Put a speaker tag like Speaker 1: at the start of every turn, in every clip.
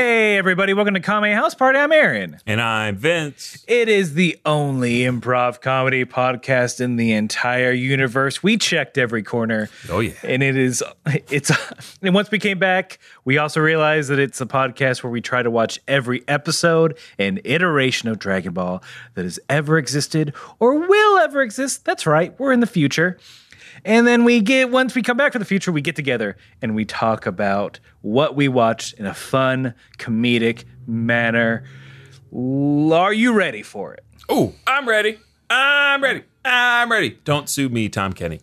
Speaker 1: everybody. Welcome to Comedy House Party. I'm Aaron.
Speaker 2: And I'm Vince.
Speaker 1: It is the only improv comedy podcast in the entire universe. We checked every corner.
Speaker 2: Oh, yeah.
Speaker 1: And it is it's and once we came back, we also realized that it's a podcast where we try to watch every episode and iteration of Dragon Ball that has ever existed or will ever exist. That's right. We're in the future. And then we get once we come back for the future, we get together and we talk about what we watched in a fun, comedic manner. L- Are you ready for it?
Speaker 2: Oh, I'm ready. I'm ready. I'm ready. Don't sue me, Tom Kenny.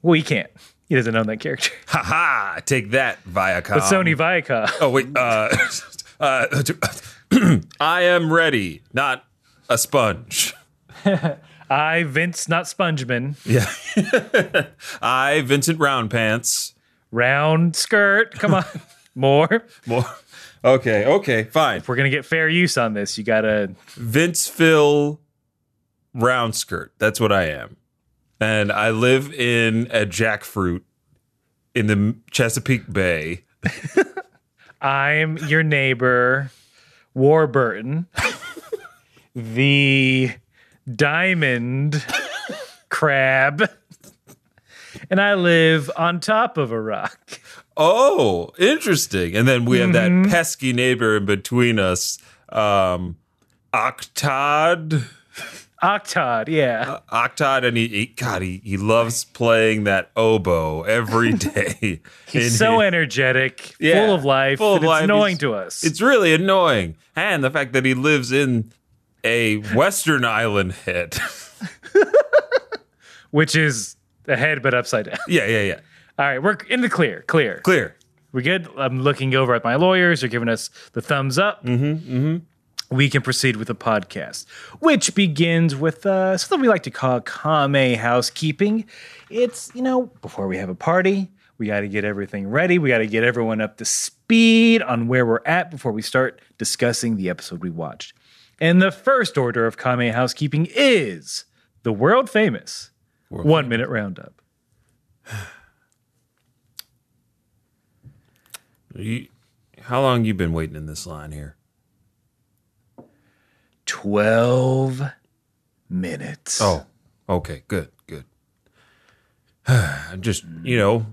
Speaker 1: Well, he can't. He doesn't own that character.
Speaker 2: Ha ha. Take that, Viacom.
Speaker 1: But Sony Viacom.
Speaker 2: Oh, wait. Uh, uh, I am ready, not a sponge.
Speaker 1: I Vince, not Spongeman.
Speaker 2: Yeah. I, Vincent Roundpants.
Speaker 1: Round skirt. Come on, more.
Speaker 2: More. Okay, okay, fine.
Speaker 1: We're gonna get fair use on this. You gotta.
Speaker 2: Vince Phil round skirt. That's what I am. And I live in a jackfruit in the Chesapeake Bay.
Speaker 1: I'm your neighbor, Warburton. the diamond crab. And I live on top of a rock.
Speaker 2: Oh, interesting. And then we have
Speaker 1: Mm-hmm.
Speaker 2: that pesky neighbor in between us, um, Octod.
Speaker 1: Octod, yeah.
Speaker 2: Octod, and he, he God, he, he loves playing that oboe every day.
Speaker 1: He's
Speaker 2: And
Speaker 1: so
Speaker 2: he-
Speaker 1: energetic,
Speaker 2: Yeah,
Speaker 1: full of life,
Speaker 2: full of
Speaker 1: that
Speaker 2: life.
Speaker 1: it's annoying
Speaker 2: He's-
Speaker 1: to us.
Speaker 2: It's really annoying. And the fact that he lives in a Western Island head.
Speaker 1: which is a head but upside down.
Speaker 2: yeah, yeah, yeah.
Speaker 1: All right, we're in the clear, clear.
Speaker 2: Clear.
Speaker 1: We're good. I'm looking over at my lawyers. They're giving us the thumbs up. Mm-hmm, mm-hmm. We can proceed with the podcast, which begins with uh, something we like to call Kame housekeeping. It's, you know, before we have a party, we got to get everything ready. We got to get everyone up to speed on where we're at before we start discussing the episode we watched. And the first order of Kame housekeeping is the world famous one minute roundup.
Speaker 2: You, how long you been waiting in this line here?
Speaker 1: 12 minutes.
Speaker 2: Oh, okay, good, good. I Just you know,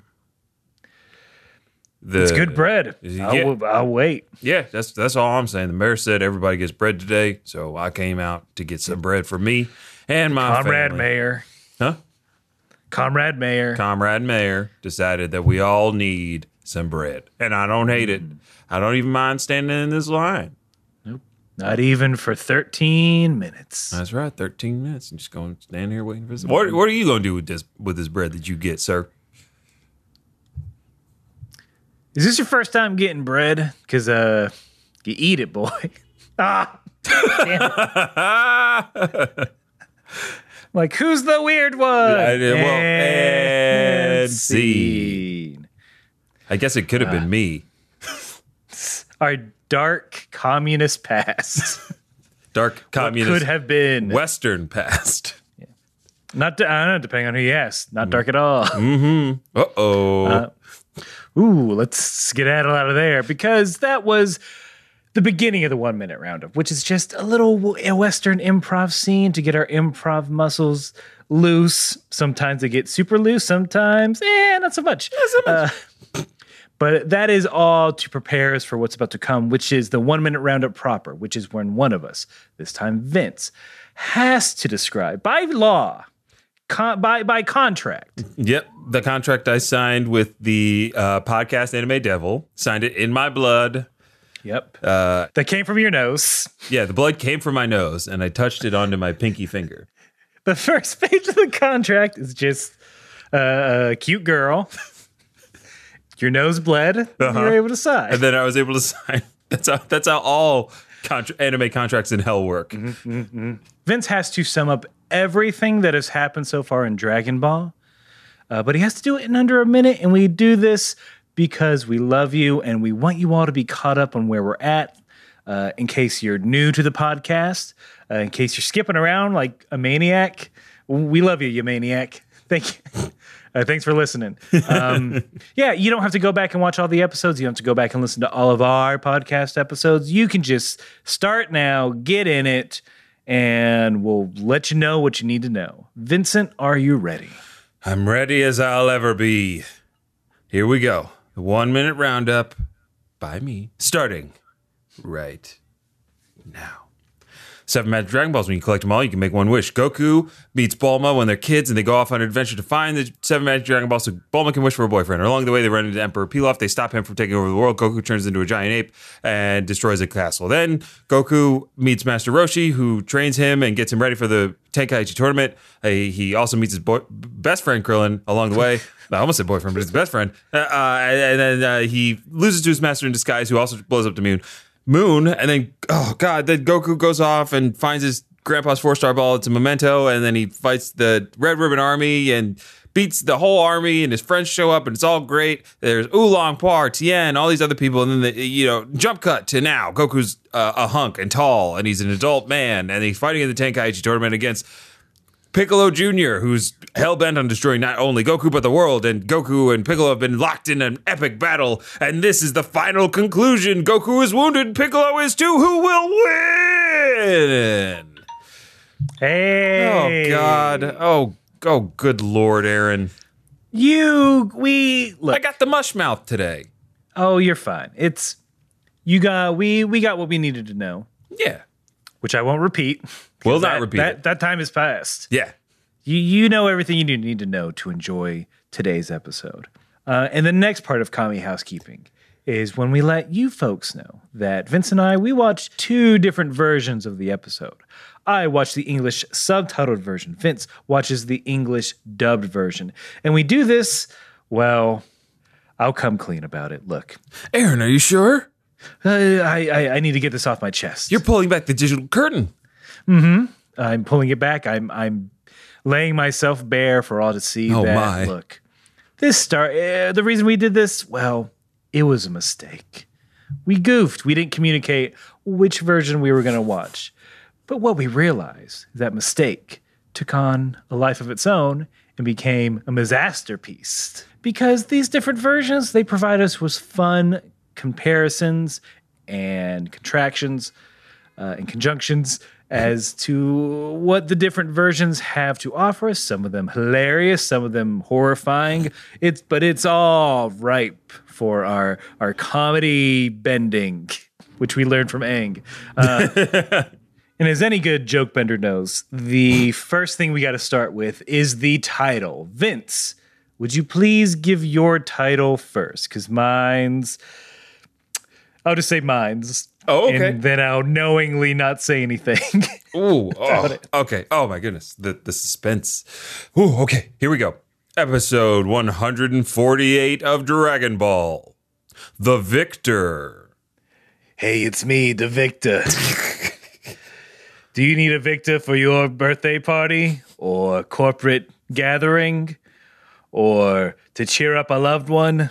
Speaker 2: the
Speaker 1: It's good bread.
Speaker 2: Yeah.
Speaker 1: I'll, I'll wait.
Speaker 2: Yeah, that's that's all I'm saying. The mayor said everybody gets bread today, so I came out to get some bread for me and my
Speaker 1: Comrade
Speaker 2: family.
Speaker 1: Mayor.
Speaker 2: Huh?
Speaker 1: Comrade Mayor.
Speaker 2: Comrade Mayor decided that we all need some bread, and I don't hate it. I don't even mind standing in this line.
Speaker 1: Not even for 13 minutes.
Speaker 2: That's right, thirteen minutes, and just going to stand here waiting for some. What What are you going to do with this with this bread that you get, sir?
Speaker 1: Is this your first time getting bread? Because uh, you eat it, boy. ah, like, who's the weird one?
Speaker 2: I did- well, and
Speaker 1: scene.
Speaker 2: I guess it could have been me.
Speaker 1: Our dark communist past.
Speaker 2: Dark communist
Speaker 1: Could have been.
Speaker 2: Western past.
Speaker 1: Not, I don't know, depending on who you ask. Not dark at all.
Speaker 2: Uh oh.
Speaker 1: ooh, let's skedaddle out of there because that was the beginning of the one minute roundup, which is just a little w- Western improv scene to get our improv muscles loose. Sometimes they get super loose, sometimes, eh, not so much. Uh, but that is all to prepare us for what's about to come, which is the one minute roundup proper, which is when one of us, this time Vince, has to describe by law, con- by, by contract,
Speaker 2: yep. The contract I signed with the uh, podcast Anime Devil signed it in my blood.
Speaker 1: Yep. Uh, that came from your nose.
Speaker 2: Yeah, the blood came from my nose and I touched it onto my pinky finger.
Speaker 1: The first page of the contract is just uh, a cute girl. your nose bled. and You're able to sigh.
Speaker 2: And then I was able to sign. That's how, that's how all contra- anime contracts in hell work.
Speaker 1: Vince has to sum up everything that has happened so far in Dragon Ball, uh, but he has to do it in under a minute. And we do this because we love you and we want you all to be caught up on where we're at. Uh, in case you're new to the podcast, uh, in case you're skipping around like a maniac, we love you, you maniac. Thank you. Uh, thanks for listening. Um, yeah, you don't have to go back and watch all the episodes. You don't have to go back and listen to all of our podcast episodes. You can just start now, get in it, and we'll let you know what you need to know. Vincent, are you ready?
Speaker 2: I'm ready as I'll ever be. Here we go. The one minute roundup by me, starting right now. Seven magic Dragon Balls. When you collect them all, you can make one wish. Goku meets Bulma when they're kids and they go off on an adventure to find the seven magic Dragon Balls so Bulma can wish for a boyfriend. Along the way, they run into Emperor Pilaf. They stop him from taking over the world. Goku turns into a giant ape and destroys a castle. Then Goku meets Master Roshi, who trains him and gets him ready for the Tenkaichi tournament. Uh, he also meets his boy- best friend Krillin along the way. I almost said boyfriend, but his best friend. Uh, uh, and then uh, he loses to his master in disguise, who also blows up the moon. Moon, and then oh god, then Goku goes off and finds his grandpa's four star ball. It's a memento, and then he fights the Red Ribbon Army and beats the whole army. And his friends show up, and it's all great. There's Oolong, Par, Tien, all these other people, and then the, you know jump cut to now. Goku's uh, a hunk and tall, and he's an adult man, and he's fighting in the Tenkaichi tournament against Piccolo Jr., who's hell bent on destroying not only Goku but the world, and Goku and Piccolo have been locked in an epic battle, and this is the final conclusion. Goku is wounded, Piccolo is too. Who will win?
Speaker 1: Hey.
Speaker 2: Oh God! Oh, oh, good Lord, Aaron!
Speaker 1: You, we, look.
Speaker 2: I got the mush mouth today.
Speaker 1: oh, you're fine. It's, you got, we, we got what we needed to know,
Speaker 2: Yeah,
Speaker 1: which I won't repeat.
Speaker 2: will not
Speaker 1: that,
Speaker 2: repeat
Speaker 1: that,
Speaker 2: it.
Speaker 1: that time is past.
Speaker 2: Yeah,
Speaker 1: You you know everything you need to know to enjoy today's episode. Uh, and the next part of Kami housekeeping is when we let you folks know that Vince and I we watched two different versions of the episode. I watched the English subtitled version. Vince watches the English dubbed version. And we do this, well, I'll come clean about it. Look,
Speaker 2: Aaron, are you sure?
Speaker 1: uh, I, I I need to get this off my chest.
Speaker 2: You're pulling back the digital curtain.
Speaker 1: I'm pulling it back. I'm I'm laying myself bare for all to see.
Speaker 2: Oh,
Speaker 1: that
Speaker 2: my.
Speaker 1: look, this star. eh, the reason we did this, well, it was a mistake. We goofed. We didn't communicate which version we were going to watch. But what we realized that mistake took on a life of its own and became a masterpiece because these different versions they provide us with fun comparisons and contractions uh, and conjunctions as to what the different versions have to offer us. Some of them hilarious, some of them horrifying. It's but it's all ripe for our our comedy bending, which we learned from Ang. Uh, and as any good joke bender knows, the first thing we got to start with is the title. Vince, would you please give your title first? Because mine's. I'll just say mine's.
Speaker 2: Oh, okay.
Speaker 1: And then I'll knowingly not say anything.
Speaker 2: Ooh, oh, okay. Oh my goodness, the the suspense. Ooh, okay. Here we go. Episode 148 of Dragon Ball. The Victor.
Speaker 1: hey, it's me, the Victor. Do you need a Victor for your birthday party or corporate gathering or to cheer up a loved one?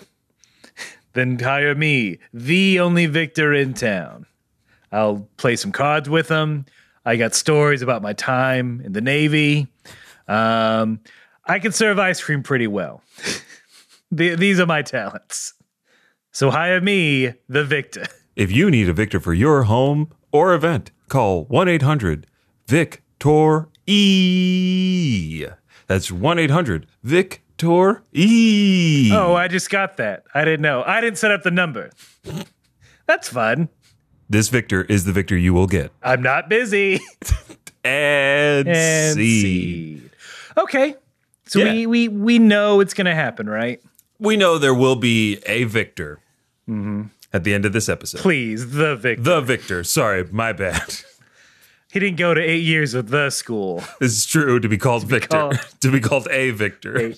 Speaker 1: Then hire me, the only Victor in town. I'll play some cards with him. I got stories about my time in the Navy. Um, I can serve ice cream pretty well. The- these are my talents. So hire me, the Victor.
Speaker 2: If you need a Victor for your home or event, call 1 800 Victor E. That's 1 800 Victor E.
Speaker 1: Oh, I just got that. I didn't know. I didn't set up the number. That's fun.
Speaker 2: This Victor is the Victor you will get.
Speaker 1: I'm not busy.
Speaker 2: And,
Speaker 1: And
Speaker 2: see.
Speaker 1: seed. Okay. So
Speaker 2: Yeah.
Speaker 1: we, we we know it's gonna happen, right?
Speaker 2: we know there will be a victor
Speaker 1: Mm-hmm.
Speaker 2: at the end of this episode.
Speaker 1: Please, the Victor.
Speaker 2: The victor. Sorry, my bad.
Speaker 1: he didn't go to eight years of the school.
Speaker 2: This is true to be called victor.
Speaker 1: called-
Speaker 2: to be called a victor.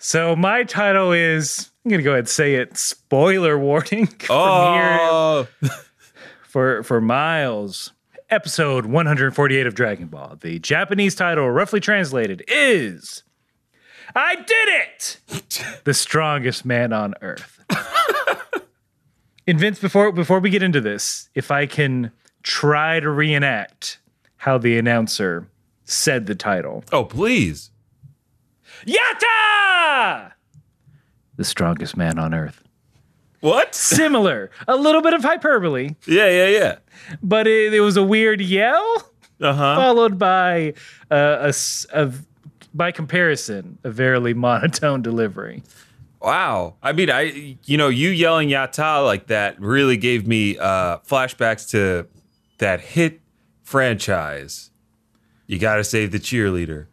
Speaker 1: So my title is I'm gonna go ahead and say it. Spoiler warning. from here.
Speaker 2: Oh,
Speaker 1: for for Miles. Episode 148 of Dragon Ball. The Japanese title, roughly translated, is I Did It! the strongest man on earth. and Vince, before before we get into this, if I can try to reenact how the announcer said the title.
Speaker 2: oh, please.
Speaker 1: Yatta! The strongest man on earth.
Speaker 2: What?
Speaker 1: Similar, a little bit of hyperbole,
Speaker 2: Yeah, yeah,
Speaker 1: but it, it was a weird yell
Speaker 2: yeah. Uh huh.
Speaker 1: followed by uh, a, s- a- by comparison, a verily monotone delivery.
Speaker 2: Wow. I mean, I you know, you yelling "Yatta" like that really gave me uh, flashbacks to that hit franchise. You got to save the cheerleader.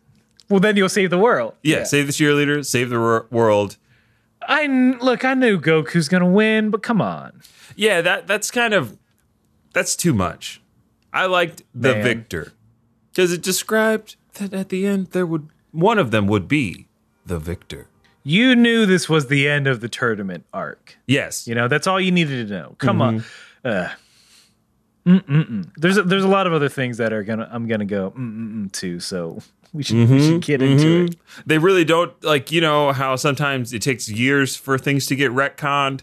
Speaker 1: Well, then you'll save the world.
Speaker 2: Yeah, save the cheerleader, save the wor- world.
Speaker 1: I kn- look. I knew Goku's gonna win, but come on.
Speaker 2: Yeah, that that's kind of that's too much. I liked the
Speaker 1: Man.
Speaker 2: victor because it described that at the end there would one of them would be the victor.
Speaker 1: You knew this was the end of the tournament arc.
Speaker 2: Yes.
Speaker 1: You know that's all you needed to know. Come on. Uh, mm-mm-mm. There's a, there's a lot of other things that are gonna I'm gonna go mm-mm-mm to. So we should we should get into it.
Speaker 2: They really don't like you know how sometimes it takes years for things to get retconned.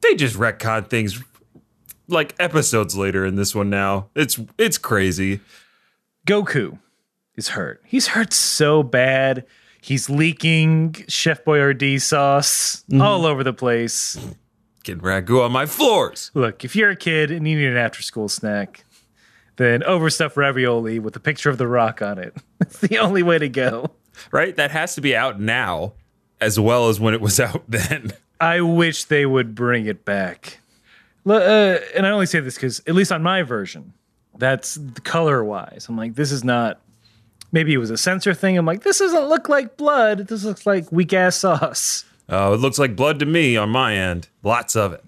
Speaker 2: They just retcon things like episodes later in this one now. It's it's crazy.
Speaker 1: Goku is hurt. He's hurt so bad. He's leaking Chef Boyardee sauce all over the place.
Speaker 2: Getting ragu on my floors.
Speaker 1: Look, if you're a kid and you need an after school snack, then overstuffed ravioli with a picture of the rock on it. It's the only way to go.
Speaker 2: Right? That has to be out now as well as when it was out then.
Speaker 1: I wish they would bring it back. L- uh, and I only say this because, at least on my version, that's color wise. I'm like, this is not. Maybe it was a sensor thing. I'm like, this doesn't look like blood. This looks like weak ass sauce.
Speaker 2: Oh, it looks like blood to me on my end. Lots of it.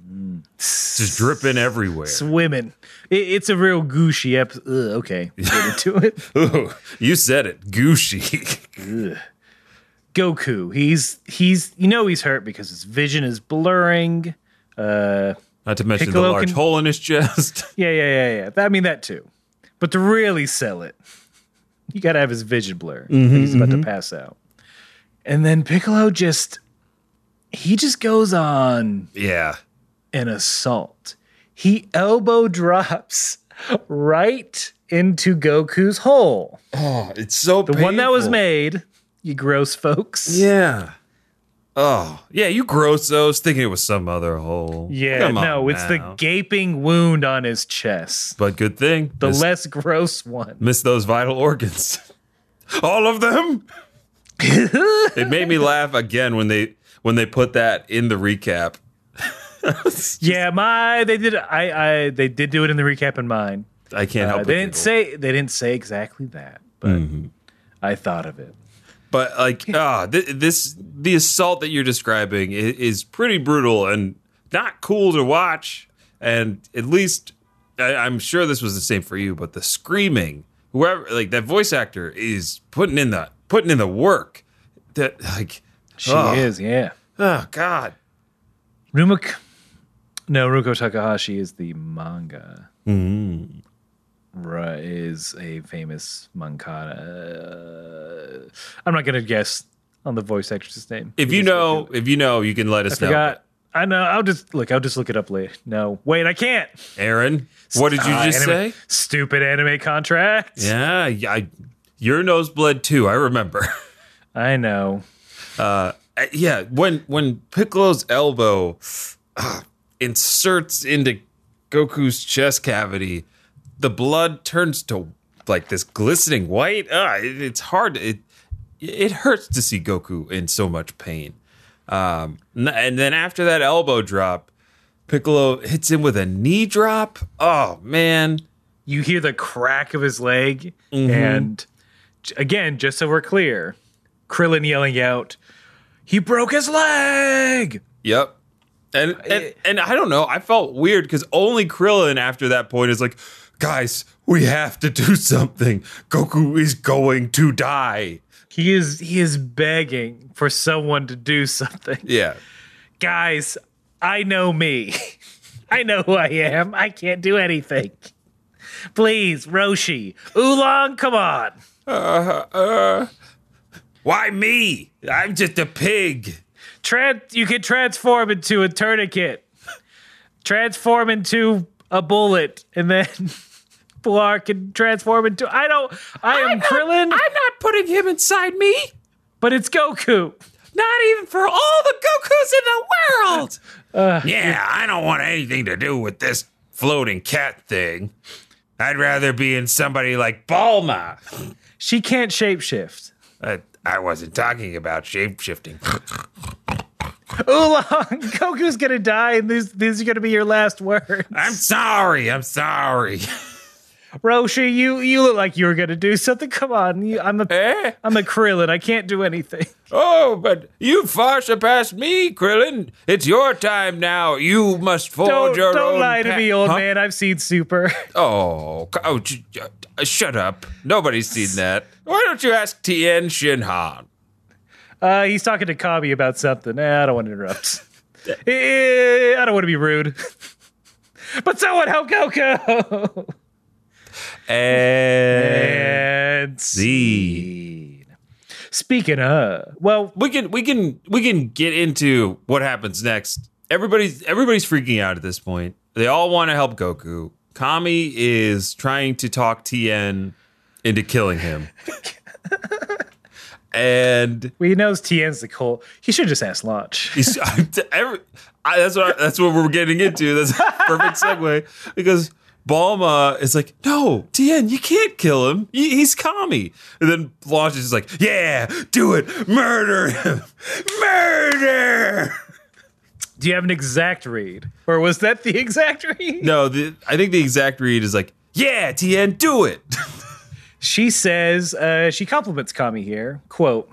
Speaker 2: It's just dripping everywhere.
Speaker 1: Swimming. It, it's a real gooshy episode. Okay, get into it.
Speaker 2: Ooh, you said it. Gooshy.
Speaker 1: Goku. He's he's you know he's hurt because his vision is blurring. Uh
Speaker 2: Not to mention the
Speaker 1: Piccolo
Speaker 2: large
Speaker 1: can-
Speaker 2: hole in his chest.
Speaker 1: yeah, yeah, yeah, yeah. That- I mean that too. But to really sell it, you gotta have his vision blur. he's about to pass out. And then Piccolo just he just goes on
Speaker 2: yeah.
Speaker 1: an assault. He elbow drops right into Goku's hole.
Speaker 2: Oh, it's so
Speaker 1: The one that was made, you gross folks.
Speaker 2: Yeah. Oh, yeah, you grossos thinking it was some other hole.
Speaker 1: Yeah,
Speaker 2: Come on
Speaker 1: no, it's
Speaker 2: now.
Speaker 1: the gaping wound on his chest.
Speaker 2: But good thing.
Speaker 1: The
Speaker 2: miss,
Speaker 1: less gross one.
Speaker 2: miss those vital organs. All of them? it made me laugh again when they when they put that in the recap.
Speaker 1: Yeah, my they did I I they did do it in the recap in mine.
Speaker 2: I can't
Speaker 1: Uh,
Speaker 2: help
Speaker 1: they
Speaker 2: but
Speaker 1: didn't
Speaker 2: giggle.
Speaker 1: say they didn't say exactly that, but
Speaker 2: Mm-hmm.
Speaker 1: I thought of it.
Speaker 2: but like ah th- this the assault that you're describing is, is pretty brutal and not cool to watch and at least I, i'm sure this was the same for you but the screaming whoever like that voice actor is putting in the putting in the work that like
Speaker 1: She
Speaker 2: oh,
Speaker 1: is, yeah.
Speaker 2: oh god
Speaker 1: Rumik No, Ruko Takahashi is the manga.
Speaker 2: Mm-hmm.
Speaker 1: Ra is a famous mankata. I'm not gonna guess on the voice actress' name.
Speaker 2: if you know if you know you can let us know
Speaker 1: Forgot. I know. I'll just look. I'll just look it up later. No, wait. I can't.
Speaker 2: aaron what did you
Speaker 1: Ah,
Speaker 2: just
Speaker 1: anime-
Speaker 2: say
Speaker 1: Stupid anime contract.
Speaker 2: yeah I, your nose bled too i remember
Speaker 1: I know.
Speaker 2: Uh, yeah, when when Piccolo's elbow ah, inserts into Goku's chest cavity, the blood turns to like this glistening white. Ah, it, it's hard. It it hurts to see Goku in so much pain. Um, n- and then after that elbow drop, Piccolo hits him with a knee drop. Oh man,
Speaker 1: You hear the crack of his leg,
Speaker 2: Mm-hmm.
Speaker 1: and j- again, just so we're clear, Krillin yelling out, "He broke his leg!"
Speaker 2: Yep. And and, and I don't know. I felt weird because only Krillin after that point is like, guys, we have to do something. Goku is going to die.
Speaker 1: He is he is begging for someone to do something.
Speaker 2: Yeah.
Speaker 1: Guys, I know me. I know who I am. I can't do anything. Please, Roshi, Oolong, come on.
Speaker 2: Why me? I'm just a pig.
Speaker 1: Tran you can transform into a tourniquet, transform into a bullet, and then Pilar can transform into. I don't. I am Krillin.
Speaker 2: not putting him inside me.
Speaker 1: but it's Goku.
Speaker 2: Not even for all the Gokus in the world. Uh, yeah, I don't want anything to do with this floating cat thing. I'd rather be in somebody like Balma.
Speaker 1: She can't shapeshift.
Speaker 2: I, I wasn't talking about shapeshifting.
Speaker 1: Oolong, Goku's gonna die, and these these are gonna be your last words.
Speaker 2: I'm sorry. I'm sorry.
Speaker 1: Roshi, you you look like you were gonna do something. Come on, you, I'm a
Speaker 2: Eh?
Speaker 1: am a Krillin. I can't do anything.
Speaker 2: Oh, but you far surpassed me, Krillin. It's your time now. You must forge
Speaker 1: Don't,
Speaker 2: your
Speaker 1: don't
Speaker 2: own
Speaker 1: lie to
Speaker 2: pa-
Speaker 1: me, old
Speaker 2: Huh?
Speaker 1: man. I've seen Super.
Speaker 2: Oh, c- oh, j- j- uh, shut up. Nobody's seen that. Why don't you ask Tien Shinhan?
Speaker 1: Uh, he's talking to Kami about something. Eh, I don't want to interrupt. Eh, I don't want to be rude. but someone help Goku.
Speaker 2: And
Speaker 1: and
Speaker 2: scene.
Speaker 1: Speaking of, well,
Speaker 2: we can we can we can get into what happens next. Everybody's everybody's freaking out at this point. They all want to help Goku. Kami is trying to talk Tien into killing him. and
Speaker 1: we knows Tien's the cult. He should just ask Launch.
Speaker 2: He's, every, I, that's what I- that's what we're getting into. That's a perfect segue because Balma is like, no, Tien, you can't kill him. He- he's Kami. And then Blanche is just like, yeah, do it, murder him, murder.
Speaker 1: Do you have an exact read, or was that the exact read?
Speaker 2: No, the, I think the exact read is like, yeah, Tien, do it.
Speaker 1: She says uh, she compliments Kami here. Quote.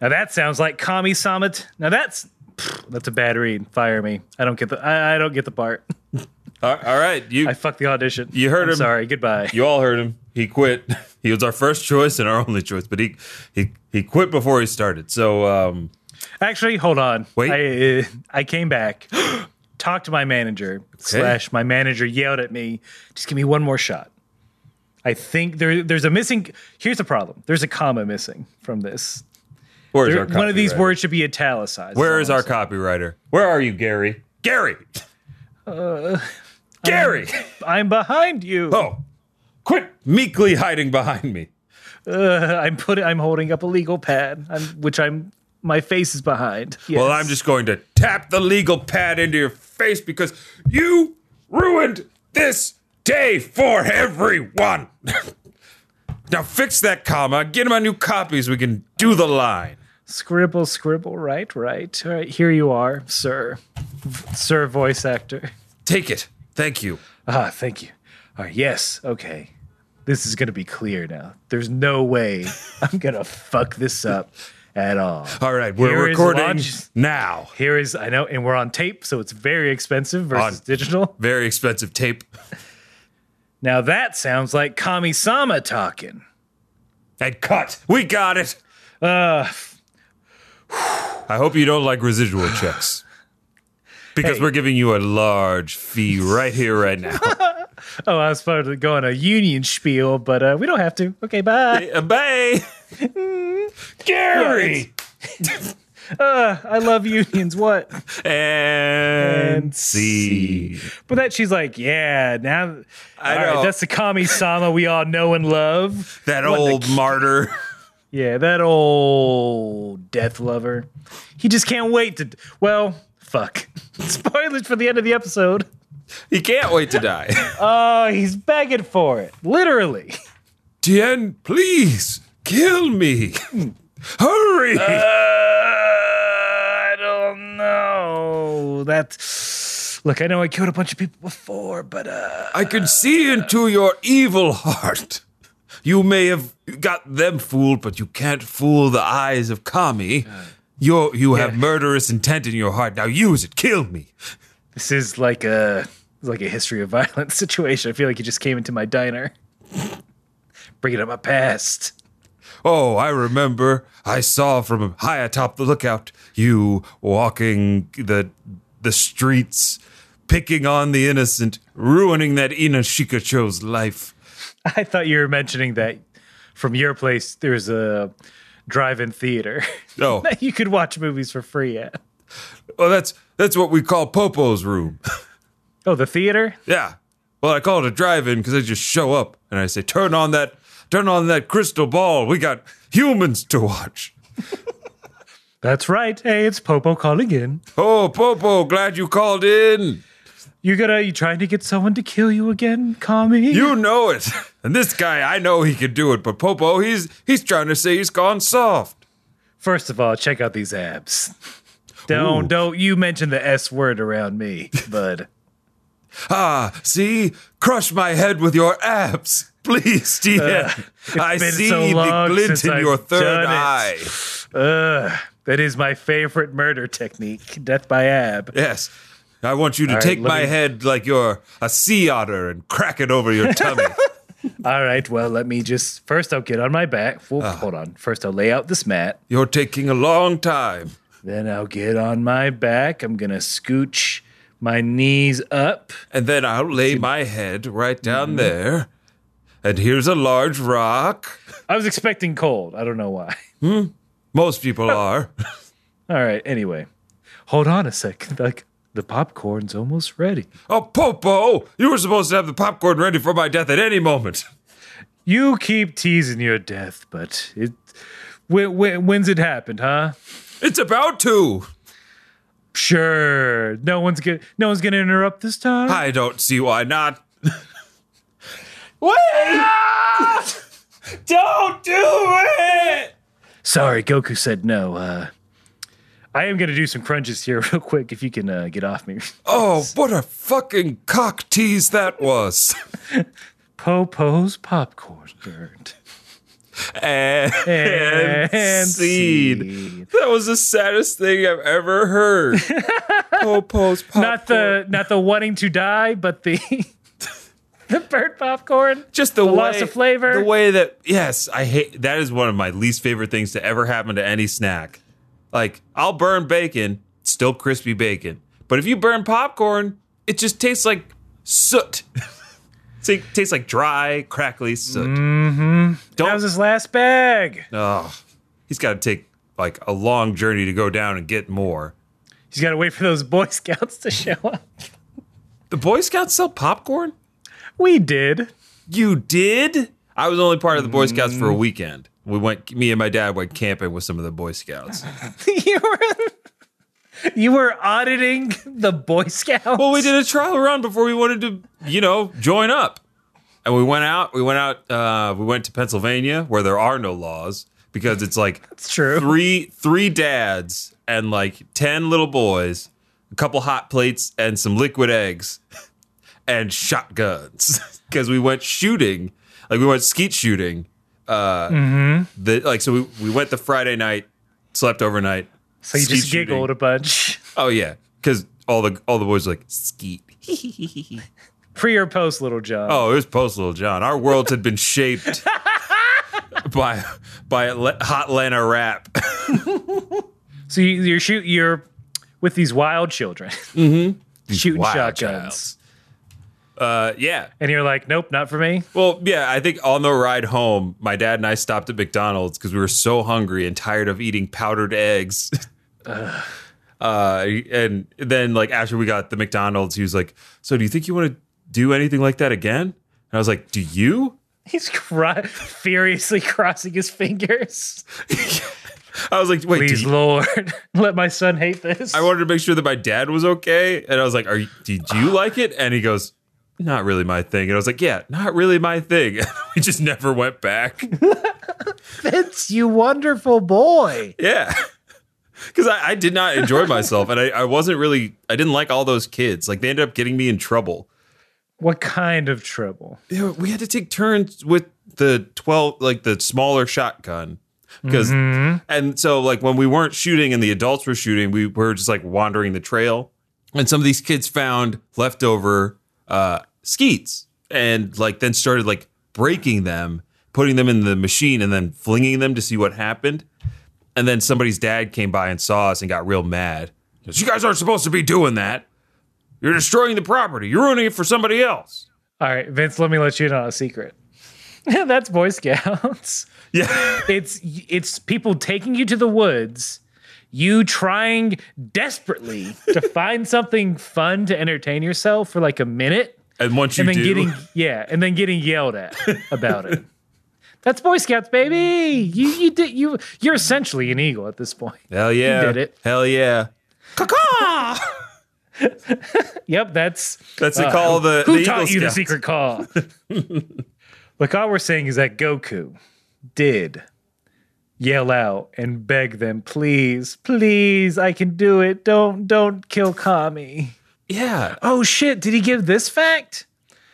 Speaker 1: Now that sounds like Kami Summit. Now that's pfft, that's a bad read. Fire me. I don't get the I, I don't get the part.
Speaker 2: all, all right, you
Speaker 1: I fucked the audition.
Speaker 2: You heard
Speaker 1: I'm
Speaker 2: him.
Speaker 1: Sorry. Goodbye.
Speaker 2: you all heard him. He quit. He was our first choice and our only choice, but he he he quit before he started. So um,
Speaker 1: Actually, hold on.
Speaker 2: Wait.
Speaker 1: I, uh, I came back, talked to my manager, slash, my manager yelled at me, just give me one more shot. I think there, there's a missing. Here's the problem there's a comma missing from this.
Speaker 2: where's
Speaker 1: There-
Speaker 2: our
Speaker 1: one of these
Speaker 2: copywriter?
Speaker 1: words should be italicized.
Speaker 2: Where is
Speaker 1: Um,
Speaker 2: our copywriter? Where are you, Gary? Gary! Gary!
Speaker 1: "Uh, I'm behind you.
Speaker 2: oh, quit meekly hiding behind me.
Speaker 1: Uh, I'm put. I'm holding up a legal pad, I'm, which I'm. My face is behind.
Speaker 2: Well,
Speaker 1: Yes.
Speaker 2: I'm just going to tap the legal pad into your face because you ruined this day for everyone. now fix that comma, get him a new copy so we can do the line.
Speaker 1: scribble, scribble, right, right, All right. Here you are, sir, sir, voice actor.
Speaker 2: Take it. Thank you.
Speaker 1: Ah, thank you. All right, yes, okay. This is gonna be clear now. There's no way I'm gonna fuck this up at all.
Speaker 2: All right, we're
Speaker 1: Here is
Speaker 2: recording
Speaker 1: Lodge-
Speaker 2: now.
Speaker 1: Here is I know, and we're on tape, so it's very expensive versus
Speaker 2: On-
Speaker 1: digital.
Speaker 2: Very expensive tape.
Speaker 1: Now that sounds like Kami Sama talking.
Speaker 2: And cut. We got it.
Speaker 1: Ah,
Speaker 2: I hope you don't like residual checks. Because
Speaker 1: Hey.
Speaker 2: we're giving you a large fee right here, right now.
Speaker 1: Oh, I was supposed to go on a union spiel, but uh, we don't have to. Okay, bye.
Speaker 2: Uh, Bye. Gary.
Speaker 1: Ah, I love unions. What?
Speaker 2: And see.
Speaker 1: But that she's like, yeah. Now,
Speaker 2: I
Speaker 1: all right,
Speaker 2: know.
Speaker 1: that's the Kami Sama we all know and love.
Speaker 2: That
Speaker 1: What the
Speaker 2: old martyr.
Speaker 1: Yeah, that old death lover. He just can't wait to. Well, fuck. Spoilers for the end of the episode.
Speaker 2: He can't wait to die.
Speaker 1: Oh, he's begging for it. Literally.
Speaker 2: Tien, please kill me. Hurry.
Speaker 1: Uh, I don't know. That. Look, I know I killed a bunch of people before, but uh.
Speaker 2: I can see into your evil heart. You may have got them fooled, but you can't fool the eyes of Kami. You you have murderous intent in your heart. Now use it. Kill me.
Speaker 1: This is like a. Like a history of violence situation. I feel like he just came into my diner. Bringing up my past.
Speaker 2: Oh, I remember. I saw from high atop the lookout you walking the the streets, picking on the innocent, ruining that Inashikacho's life.
Speaker 1: I thought you were mentioning that from your place there's a drive-in theater
Speaker 2: Oh,
Speaker 1: that you could watch movies for free at.
Speaker 2: well, that's that's what we call Popo's room.
Speaker 1: Oh, the theater?
Speaker 2: Yeah. Well, I call it a drive-in because I just show up and I say, "Turn on that, turn on that crystal ball. We got humans to watch."
Speaker 1: That's right. Hey, it's Popo calling in.
Speaker 2: Oh, Popo, glad you called in.
Speaker 1: You gonna you trying to get someone to kill you again, Kami?
Speaker 2: You know it. And this guy, I know he could do it, but Popo, he's he's trying to say he's gone soft.
Speaker 1: First of all, check out these abs. Don't
Speaker 2: Ooh.
Speaker 1: don't you mention the S word around me, bud.
Speaker 2: Ah, see? Crush my head with your abs. Please, DM. I
Speaker 1: Uh, been
Speaker 2: see
Speaker 1: so
Speaker 2: the
Speaker 1: long
Speaker 2: glint
Speaker 1: since
Speaker 2: in
Speaker 1: I've
Speaker 2: your
Speaker 1: done
Speaker 2: third
Speaker 1: it.
Speaker 2: eye.
Speaker 1: Ugh. That is my favorite murder technique, death by ab.
Speaker 2: Yes. I want you to
Speaker 1: right,
Speaker 2: take
Speaker 1: let
Speaker 2: my
Speaker 1: me-
Speaker 2: head like you're a sea otter and crack it over your tummy.
Speaker 1: All right, well, let me just first I'll get on my back. Well, hold on. First I'll lay out this mat.
Speaker 2: you're taking a long time.
Speaker 1: Then I'll get on my back. I'm gonna scooch my knees up.
Speaker 2: And then I'll lay my head right down
Speaker 1: Mm-hmm.
Speaker 2: there. And here's a large rock.
Speaker 1: I was expecting cold. I don't know why.
Speaker 2: Most people are.
Speaker 1: All right, anyway. Hold on a second. Like the popcorn's almost ready.
Speaker 2: Oh, Popo, you were supposed to have the popcorn ready for my death at any moment.
Speaker 1: You keep teasing your death, but it when, when, when's it happened, huh?
Speaker 2: It's about to.
Speaker 1: Sure. No one's gonna no one's gonna interrupt this time.
Speaker 2: I don't see why not. Wait! don't do it!
Speaker 1: Sorry, Goku said no. Uh I am gonna do some crunches here real quick if you can uh, get off me.
Speaker 2: Oh, what a fucking cock tease that was.
Speaker 1: Popo's popcorn burnt.
Speaker 2: and, and seed.
Speaker 1: seed.
Speaker 2: That was the saddest thing I've ever heard. Popo's popcorn.
Speaker 1: Not the not the wanting to die, but the the burnt popcorn.
Speaker 2: just the,
Speaker 1: The
Speaker 2: way,
Speaker 1: loss of flavor?
Speaker 2: The way that yes, I hate that is one of my least favorite things to ever happen to any snack. Like I'll burn bacon, it's still crispy bacon, but if you burn popcorn, it just tastes like soot. It's like- tastes like dry, crackly soot.
Speaker 1: Mm. That was his last bag.
Speaker 2: Oh, he's got to take like a long journey to go down and get more.
Speaker 1: He's gotta wait for those Boy Scouts to show up.
Speaker 2: The Boy Scouts sell popcorn.
Speaker 1: We did.
Speaker 2: You did? I was only part of the Boy Scouts
Speaker 1: Mm.
Speaker 2: for a weekend. We went. Me and my dad went camping with some of the Boy Scouts.
Speaker 1: you were you were auditing the Boy Scouts.
Speaker 2: Well, we did a trial run before we wanted to, you know, join up. And we went out, we went out, uh, we went to Pennsylvania where there are no laws because it's like
Speaker 1: It's true.
Speaker 2: three three dads and like 10 little boys, a couple hot plates and some liquid eggs and shotguns because we went shooting, like we went skeet shooting. Uh,
Speaker 1: Mm-hmm.
Speaker 2: the, like, so we, we went the Friday night, slept overnight.
Speaker 1: so you just giggled a bunch.
Speaker 2: Oh, yeah. Because all the, all the boys were like, skeet.
Speaker 1: Pre or post little John.
Speaker 2: Oh, it was post Little John. Our worlds had been shaped by by Atla- hot Lana rap.
Speaker 1: So you, you're shoot you're with these wild children. Mm-hmm. Shooting
Speaker 2: wild
Speaker 1: shotguns.
Speaker 2: Uh, yeah.
Speaker 1: And you're like, nope, not for me.
Speaker 2: Well, yeah. I think on the ride home, my dad and I stopped at McDonald's because we were so hungry and tired of eating powdered eggs. Uh, and then like after we got the McDonald's, he was like, "So do you think you want to do anything like that again?" And I was like, "Do you?"
Speaker 1: He's cro- furiously crossing his fingers.
Speaker 2: I was like, "Wait, do
Speaker 1: Please,
Speaker 2: you-
Speaker 1: Lord, let my son hate this.
Speaker 2: I wanted to make sure that my dad was okay, and I was like, "Are you, did you like it?" And he goes, "Not really my thing." And I was like, "Yeah, not really my thing." we just never went back.
Speaker 1: Vince, you wonderful boy.
Speaker 2: yeah, because I, I did not enjoy myself, and I, I wasn't really. I didn't like all those kids. Like they ended up getting me in trouble.
Speaker 1: What kind of trouble?
Speaker 2: They were- We had to take turns with the twelve, like the smaller shotgun. Because and so like when we weren't shooting and the adults were shooting, we were just like wandering the trail. And some of these kids found leftover uh, skeets and like then started like breaking them, putting them in the machine, and then flinging them to see what happened. And then somebody's dad came by and saw us and got real mad. He goes, you guys aren't supposed to be doing that. You're destroying the property. You're ruining it for somebody else.
Speaker 1: All right, Vince, let me let you in on a secret. That's Boy Scouts.
Speaker 2: Yeah.
Speaker 1: It's it's people taking you to the woods, you trying desperately to find something fun to entertain yourself for like a minute,
Speaker 2: And once you
Speaker 1: and then
Speaker 2: do,
Speaker 1: getting yeah, and then getting yelled at about it. That's Boy Scouts, baby. You you did you you're essentially an eagle at this point.
Speaker 2: Hell yeah.
Speaker 1: You did it.
Speaker 2: Hell yeah. Caw-caw!
Speaker 1: Yep, that's
Speaker 2: That's the call of the,
Speaker 1: Uh, who
Speaker 2: the
Speaker 1: taught
Speaker 2: Eagle
Speaker 1: you the
Speaker 2: Scouts.
Speaker 1: secret call. Look, all we're saying is that Goku did yell out and beg them, please, please, I can do it. Don't don't kill Kami.
Speaker 2: Yeah.
Speaker 1: Oh shit, did he give this fact?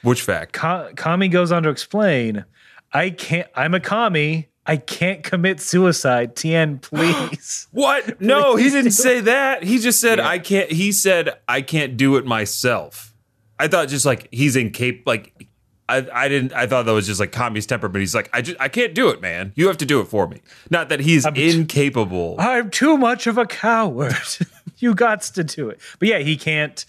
Speaker 2: Which fact?
Speaker 1: Ka- Kami goes on to explain, I can't I'm a Kami. I can't commit suicide. Tien, please.
Speaker 2: What? No, he didn't say that. He just said I can't. He said I can't do it myself. I thought just like he's incapable. Like I, I didn't. I thought that was just like Kami's temper. But he's like I just I can't do it, man. You have to do it for me. Not that he's incapable.
Speaker 1: I'm too much of a coward. you got to do it. But yeah, he can't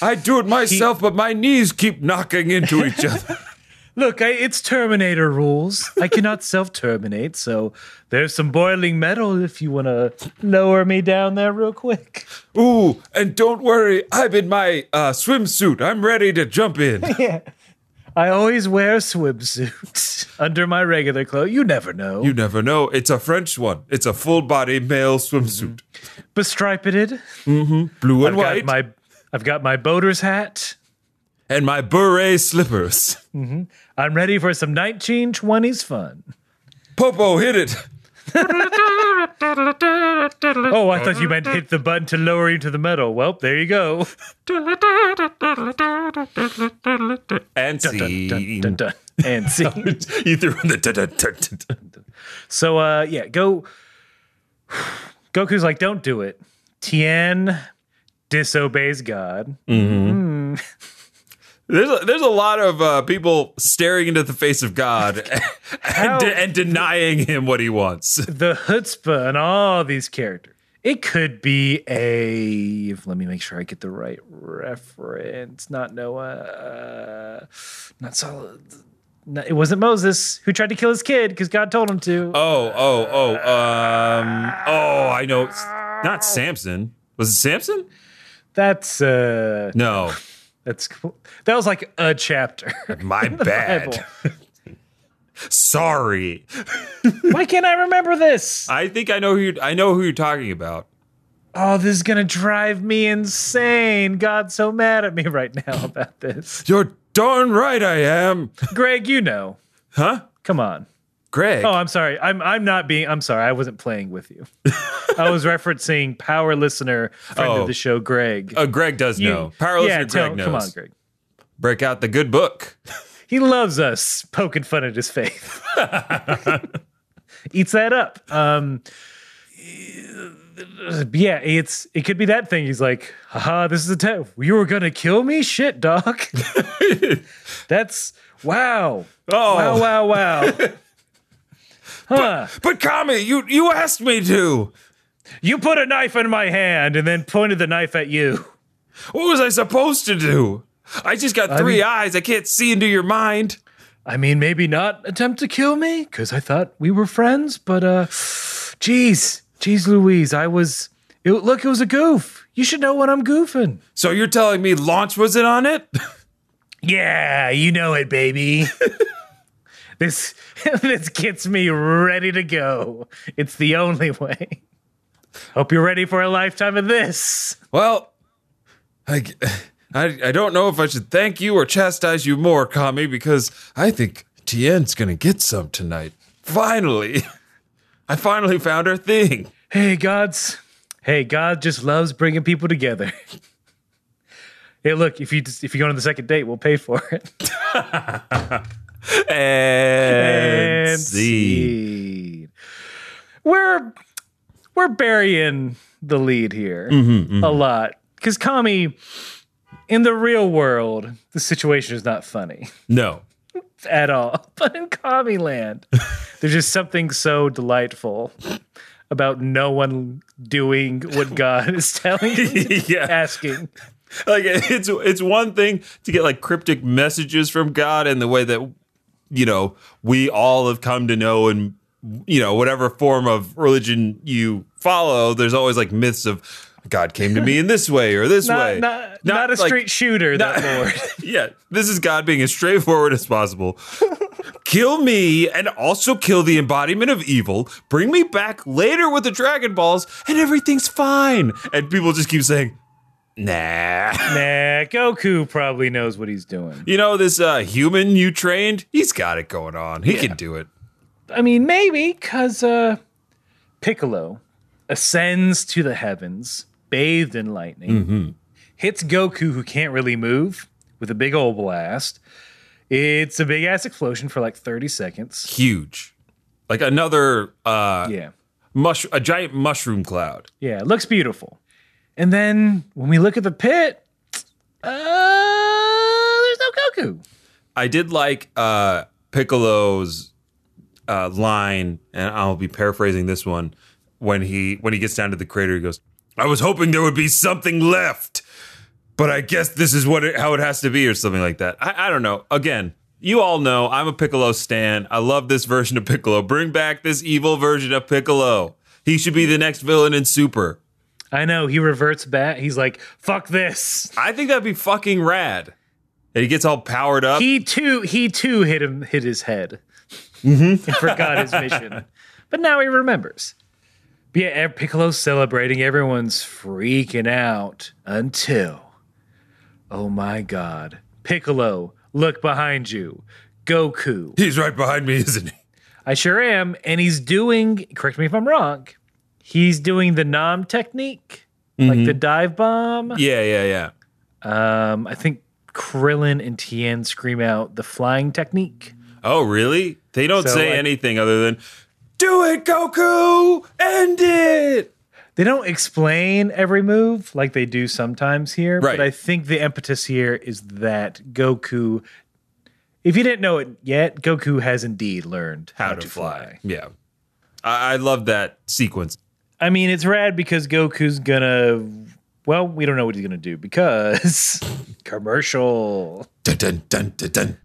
Speaker 2: I do it myself, but my knees keep knocking into each other.
Speaker 1: Look, I, it's Terminator rules. I cannot self terminate, so there's some boiling metal if you want to lower me down there real quick.
Speaker 2: Ooh, and don't worry, I'm in my uh, swimsuit. I'm ready to jump in.
Speaker 1: I always wear swimsuits under my regular clothes. You never know.
Speaker 2: You never know. It's a French one. It's a full body male swimsuit,
Speaker 1: Bestripeted.
Speaker 2: blue and
Speaker 1: Mm-hmm. I've got
Speaker 2: white,
Speaker 1: my I've got my boater's hat.
Speaker 2: and my beret slippers.
Speaker 1: I'm ready for some 1920s fun.
Speaker 2: Popo hit it.
Speaker 1: Oh, I thought you meant hit the button to lower you to the metal. Well, there you go.
Speaker 2: And
Speaker 1: Dun,
Speaker 2: scene.
Speaker 1: dun, dun, dun. And see.
Speaker 2: You threw in the dun, dun, dun, dun, dun.
Speaker 1: So uh yeah, go Goku's like, don't do it. Tien disobeys God.
Speaker 2: There's a, there's a lot of uh, people staring into the face of God and, de- and denying him what he wants.
Speaker 1: The chutzpah and all these characters. It could be a let me make sure I get the right reference. Not Noah. Uh, not Solid. No, it wasn't Moses who tried to kill his kid because God told him to.
Speaker 2: Oh, oh, oh, um, oh! I know. It's Not Samson. Was it Samson?
Speaker 1: That's uh
Speaker 2: No,
Speaker 1: that's cool. That was like a chapter.
Speaker 2: my bad. Sorry.
Speaker 1: Why can't I remember this?
Speaker 2: I think I know who you're, I know who you're talking about.
Speaker 1: Oh, this is gonna drive me insane. God's so mad at me right now about this.
Speaker 2: You're darn right I am,
Speaker 1: Greg, you know.
Speaker 2: huh?
Speaker 1: Come on.
Speaker 2: Greg.
Speaker 1: Oh, I'm sorry. I'm I'm not being I'm sorry, I wasn't playing with you. I was referencing power listener, friend
Speaker 2: Oh.
Speaker 1: of the show, Greg.
Speaker 2: Uh, Greg does
Speaker 1: You-
Speaker 2: know. Power listener
Speaker 1: yeah, tell-
Speaker 2: Greg knows.
Speaker 1: Come on, Greg.
Speaker 2: Break out the good book.
Speaker 1: He loves us poking fun at his faith. Eats that up. Um yeah, it's it could be that thing. He's like, haha, this is a test. You were gonna kill me? Shit, doc. That's wow.
Speaker 2: Oh,
Speaker 1: Wow, wow, wow. huh.
Speaker 2: but Kami, you you asked me to.
Speaker 1: You put a knife in my hand and then pointed the knife at you.
Speaker 2: What was I supposed to do? I just got three eyes. I can't see into your mind.
Speaker 1: I mean, maybe not attempt to kill me because I thought we were friends, but uh, jeez, jeez, Louise, I was. It, look, it was a goof. You should know when I'm goofing.
Speaker 2: So you're telling me launch wasn't on it?
Speaker 1: Yeah, you know it, baby. this this gets me ready to go. It's the only way. Hope you're ready for a lifetime of this.
Speaker 2: Well, I, g- I- I don't know if I should thank you or chastise you more, Kami, because I think Tien's gonna get some tonight. Finally, I finally found her thing.
Speaker 1: Hey, God's. Hey, God just loves bringing people together. hey, look, if you just, if you go on the second date, we'll pay for it.
Speaker 2: And,
Speaker 1: and
Speaker 2: see.
Speaker 1: seed. We're we're burying the lead here
Speaker 2: Mm-hmm,
Speaker 1: a lot because Kami, in the real world, the situation is not funny
Speaker 2: No,
Speaker 1: at all. But in Kami land, there's just something so delightful about no one doing what God is telling, them to-
Speaker 2: yeah.
Speaker 1: asking.
Speaker 2: like it's it's one thing to get like cryptic messages from God and the way that you know we all have come to know and you know whatever form of religion you follow there's always like myths of God came to me in this way or this
Speaker 1: Not,
Speaker 2: way
Speaker 1: not, not a
Speaker 2: like-
Speaker 1: straight shooter, that Lord.
Speaker 2: yeah this is God being as straightforward as possible kill me, and also kill the embodiment of evil. Bring me back later with the Dragon Balls, and everything's fine. And people just keep saying, nah.
Speaker 1: Nah, Goku probably knows what he's doing.
Speaker 2: You know, this uh, human you trained, he's got it going on. He can do it.
Speaker 1: I mean, maybe because uh, Piccolo ascends to the heavens, bathed in lightning, hits Goku, who can't really move, with a big old blast. It's a big ass explosion for like 30 seconds.
Speaker 2: Huge. Like another uh,
Speaker 1: Yeah.
Speaker 2: mush, a giant mushroom cloud.
Speaker 1: Yeah, it looks beautiful. And then when we look at the pit, uh, there's no Goku.
Speaker 2: I did like uh, Piccolo's uh, line, and I'll be paraphrasing this one when he when he gets down to the crater. He goes, "I was hoping there would be something left, but I guess this is what it, how it has to be, or something like that." I, I don't know. Again, you all know I'm a Piccolo stan. I love this version of Piccolo. Bring back this evil version of Piccolo. He should be the next villain in Super.
Speaker 1: I know he reverts back. He's like, "Fuck this."
Speaker 2: I think that'd be fucking rad. And he gets all powered up.
Speaker 1: He too, he too hit him, hit his head, and forgot his mission. But now he remembers. But yeah, Ev- Piccolo's celebrating. Everyone's freaking out until, oh my god, Piccolo, look behind you, Goku.
Speaker 2: He's right behind me, isn't he?
Speaker 1: I sure am. And he's doing, correct me if I'm wrong, he's doing the Nom technique, like the dive bomb.
Speaker 2: Yeah, yeah, yeah.
Speaker 1: Um, I think Krillin and Tien scream out the flying technique.
Speaker 2: Oh, really? They don't
Speaker 1: So,
Speaker 2: say
Speaker 1: like-
Speaker 2: anything other than, do it, Goku! End it!
Speaker 1: They don't explain every move like they do sometimes here,
Speaker 2: Right.
Speaker 1: but I think the impetus here is that Goku, if you didn't know it yet, Goku has indeed learned
Speaker 2: How to fly. Yeah. I, I love that sequence.
Speaker 1: I mean, it's rad because Goku's gonna. Well, we don't know what he's gonna do because commercial.
Speaker 2: Dun, dun, dun, dun, dun.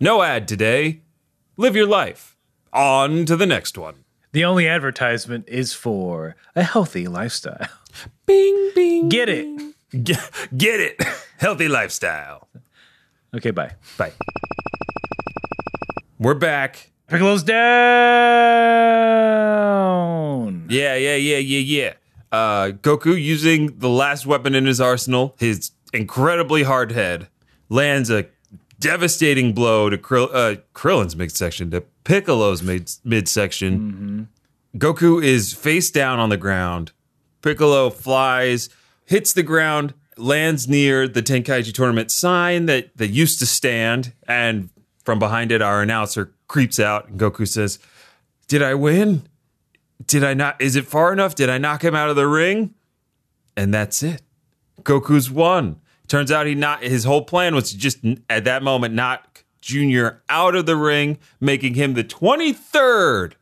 Speaker 2: No ad today. Live your life. On to the next one.
Speaker 1: The only advertisement is for a healthy lifestyle.
Speaker 2: Bing, bing.
Speaker 1: Get it.
Speaker 2: Get, get it. Healthy lifestyle.
Speaker 1: Okay, bye.
Speaker 2: Bye. We're back.
Speaker 1: Piccolo's down.
Speaker 2: Yeah, yeah, yeah, yeah, yeah. Uh, Goku using the last weapon in his arsenal, his incredibly hard head, lands a devastating blow to Krill, uh, Krillin's midsection, to Piccolo's mid- midsection. Goku is face down on the ground. Piccolo flies, hits the ground, lands near the Tenkaichi tournament sign that, that used to stand, and from behind it, our announcer creeps out, and Goku says, Did I win? did I not? Is it far enough? Did I knock him out of the ring? And that's it. Goku's won. Turns out he not his whole plan was to just n- at that moment knock Junior out of the ring, making him the 23rd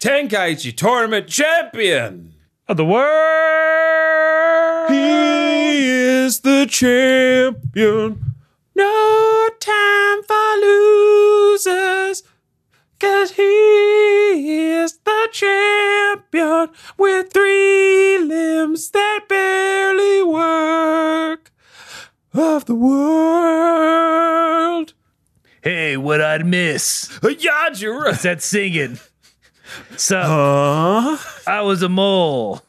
Speaker 2: Tenkaichi Tournament Champion.
Speaker 1: Of the world.
Speaker 2: He is the champion. No time for losers. Cause he is the champion with three limbs that barely work of the world.
Speaker 1: Hey, what I'd miss?
Speaker 2: Yajira.
Speaker 1: That singing. So
Speaker 2: Uh,
Speaker 1: I was a mole.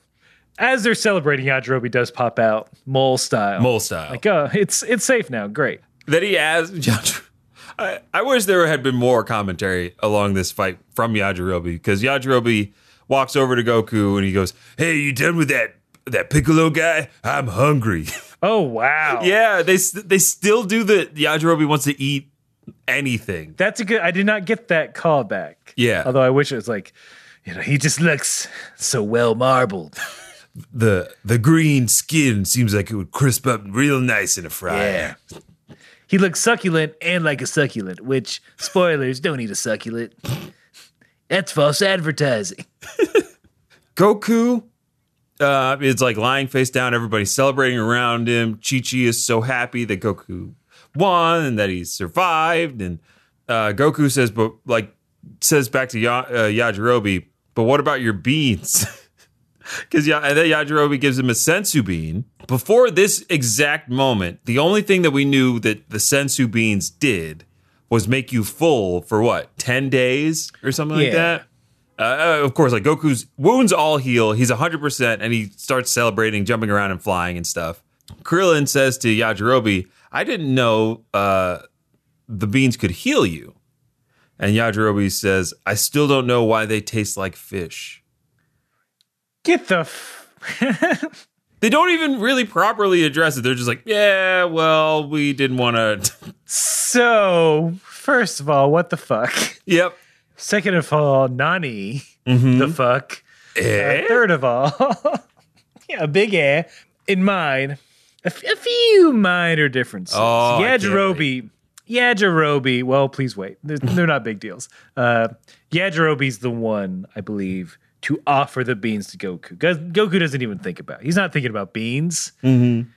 Speaker 1: As they're celebrating, Yajirobe does pop out mole style.
Speaker 2: mole style.
Speaker 1: Like, oh, it's it's safe now. Great.
Speaker 2: that he asked Yaj- I, I wish there had been more commentary along this fight from Yajirobe because Yajirobe walks over to Goku and he goes, "Hey, you done with that that Piccolo guy? I'm hungry."
Speaker 1: Oh wow.
Speaker 2: yeah, they s- they still do the Yajirobe wants to eat anything.
Speaker 1: That's a good. I did not get that callback.
Speaker 2: Yeah.
Speaker 1: Although I wish it was like, you know, he just looks so well marbled.
Speaker 2: The the green skin seems like it would crisp up real nice in a fry.
Speaker 1: He looks succulent and like a succulent, which spoilers don't eat a succulent. That's false advertising.
Speaker 2: Goku uh, is like lying face down. Everybody's celebrating around him. Chi Chi is so happy that Goku won and that he survived. And uh, Goku says, but like says back to ya- uh, Yajirobe, but what about your beans? Because ya- and then Yajirobe gives him a sensu bean. Before this exact moment, the only thing that we knew that the sensu beans did was make you full for what ten days or something like
Speaker 1: Yeah.
Speaker 2: that. Uh, uh, of course, like Goku's wounds all heal. He's hundred percent, and he starts celebrating, jumping around and flying and stuff. Krillin says to Yajirobe, "I didn't know uh, the beans could heal you." And Yajirobe says, "I still don't know why they taste like fish."
Speaker 1: Get the. F-
Speaker 2: They don't even really properly address it. They're just like, "Yeah, well, we didn't want to."
Speaker 1: so, first of all, what the fuck?
Speaker 2: yep.
Speaker 1: Second of all, Nani, the fuck.
Speaker 2: Eh?
Speaker 1: Uh, third of all, yeah, a big eh. In mine, a, f- a few minor differences.
Speaker 2: Oh, I
Speaker 1: yeah,
Speaker 2: can't
Speaker 1: Jarobi. Yeah, Jarobi. Well, please wait. They're, they're not big deals. Uh, yeah, Jarobi's the one, I believe, to offer the beans to Goku. Go- Goku doesn't even think about. He's not thinking about beans.
Speaker 2: Mm-hmm.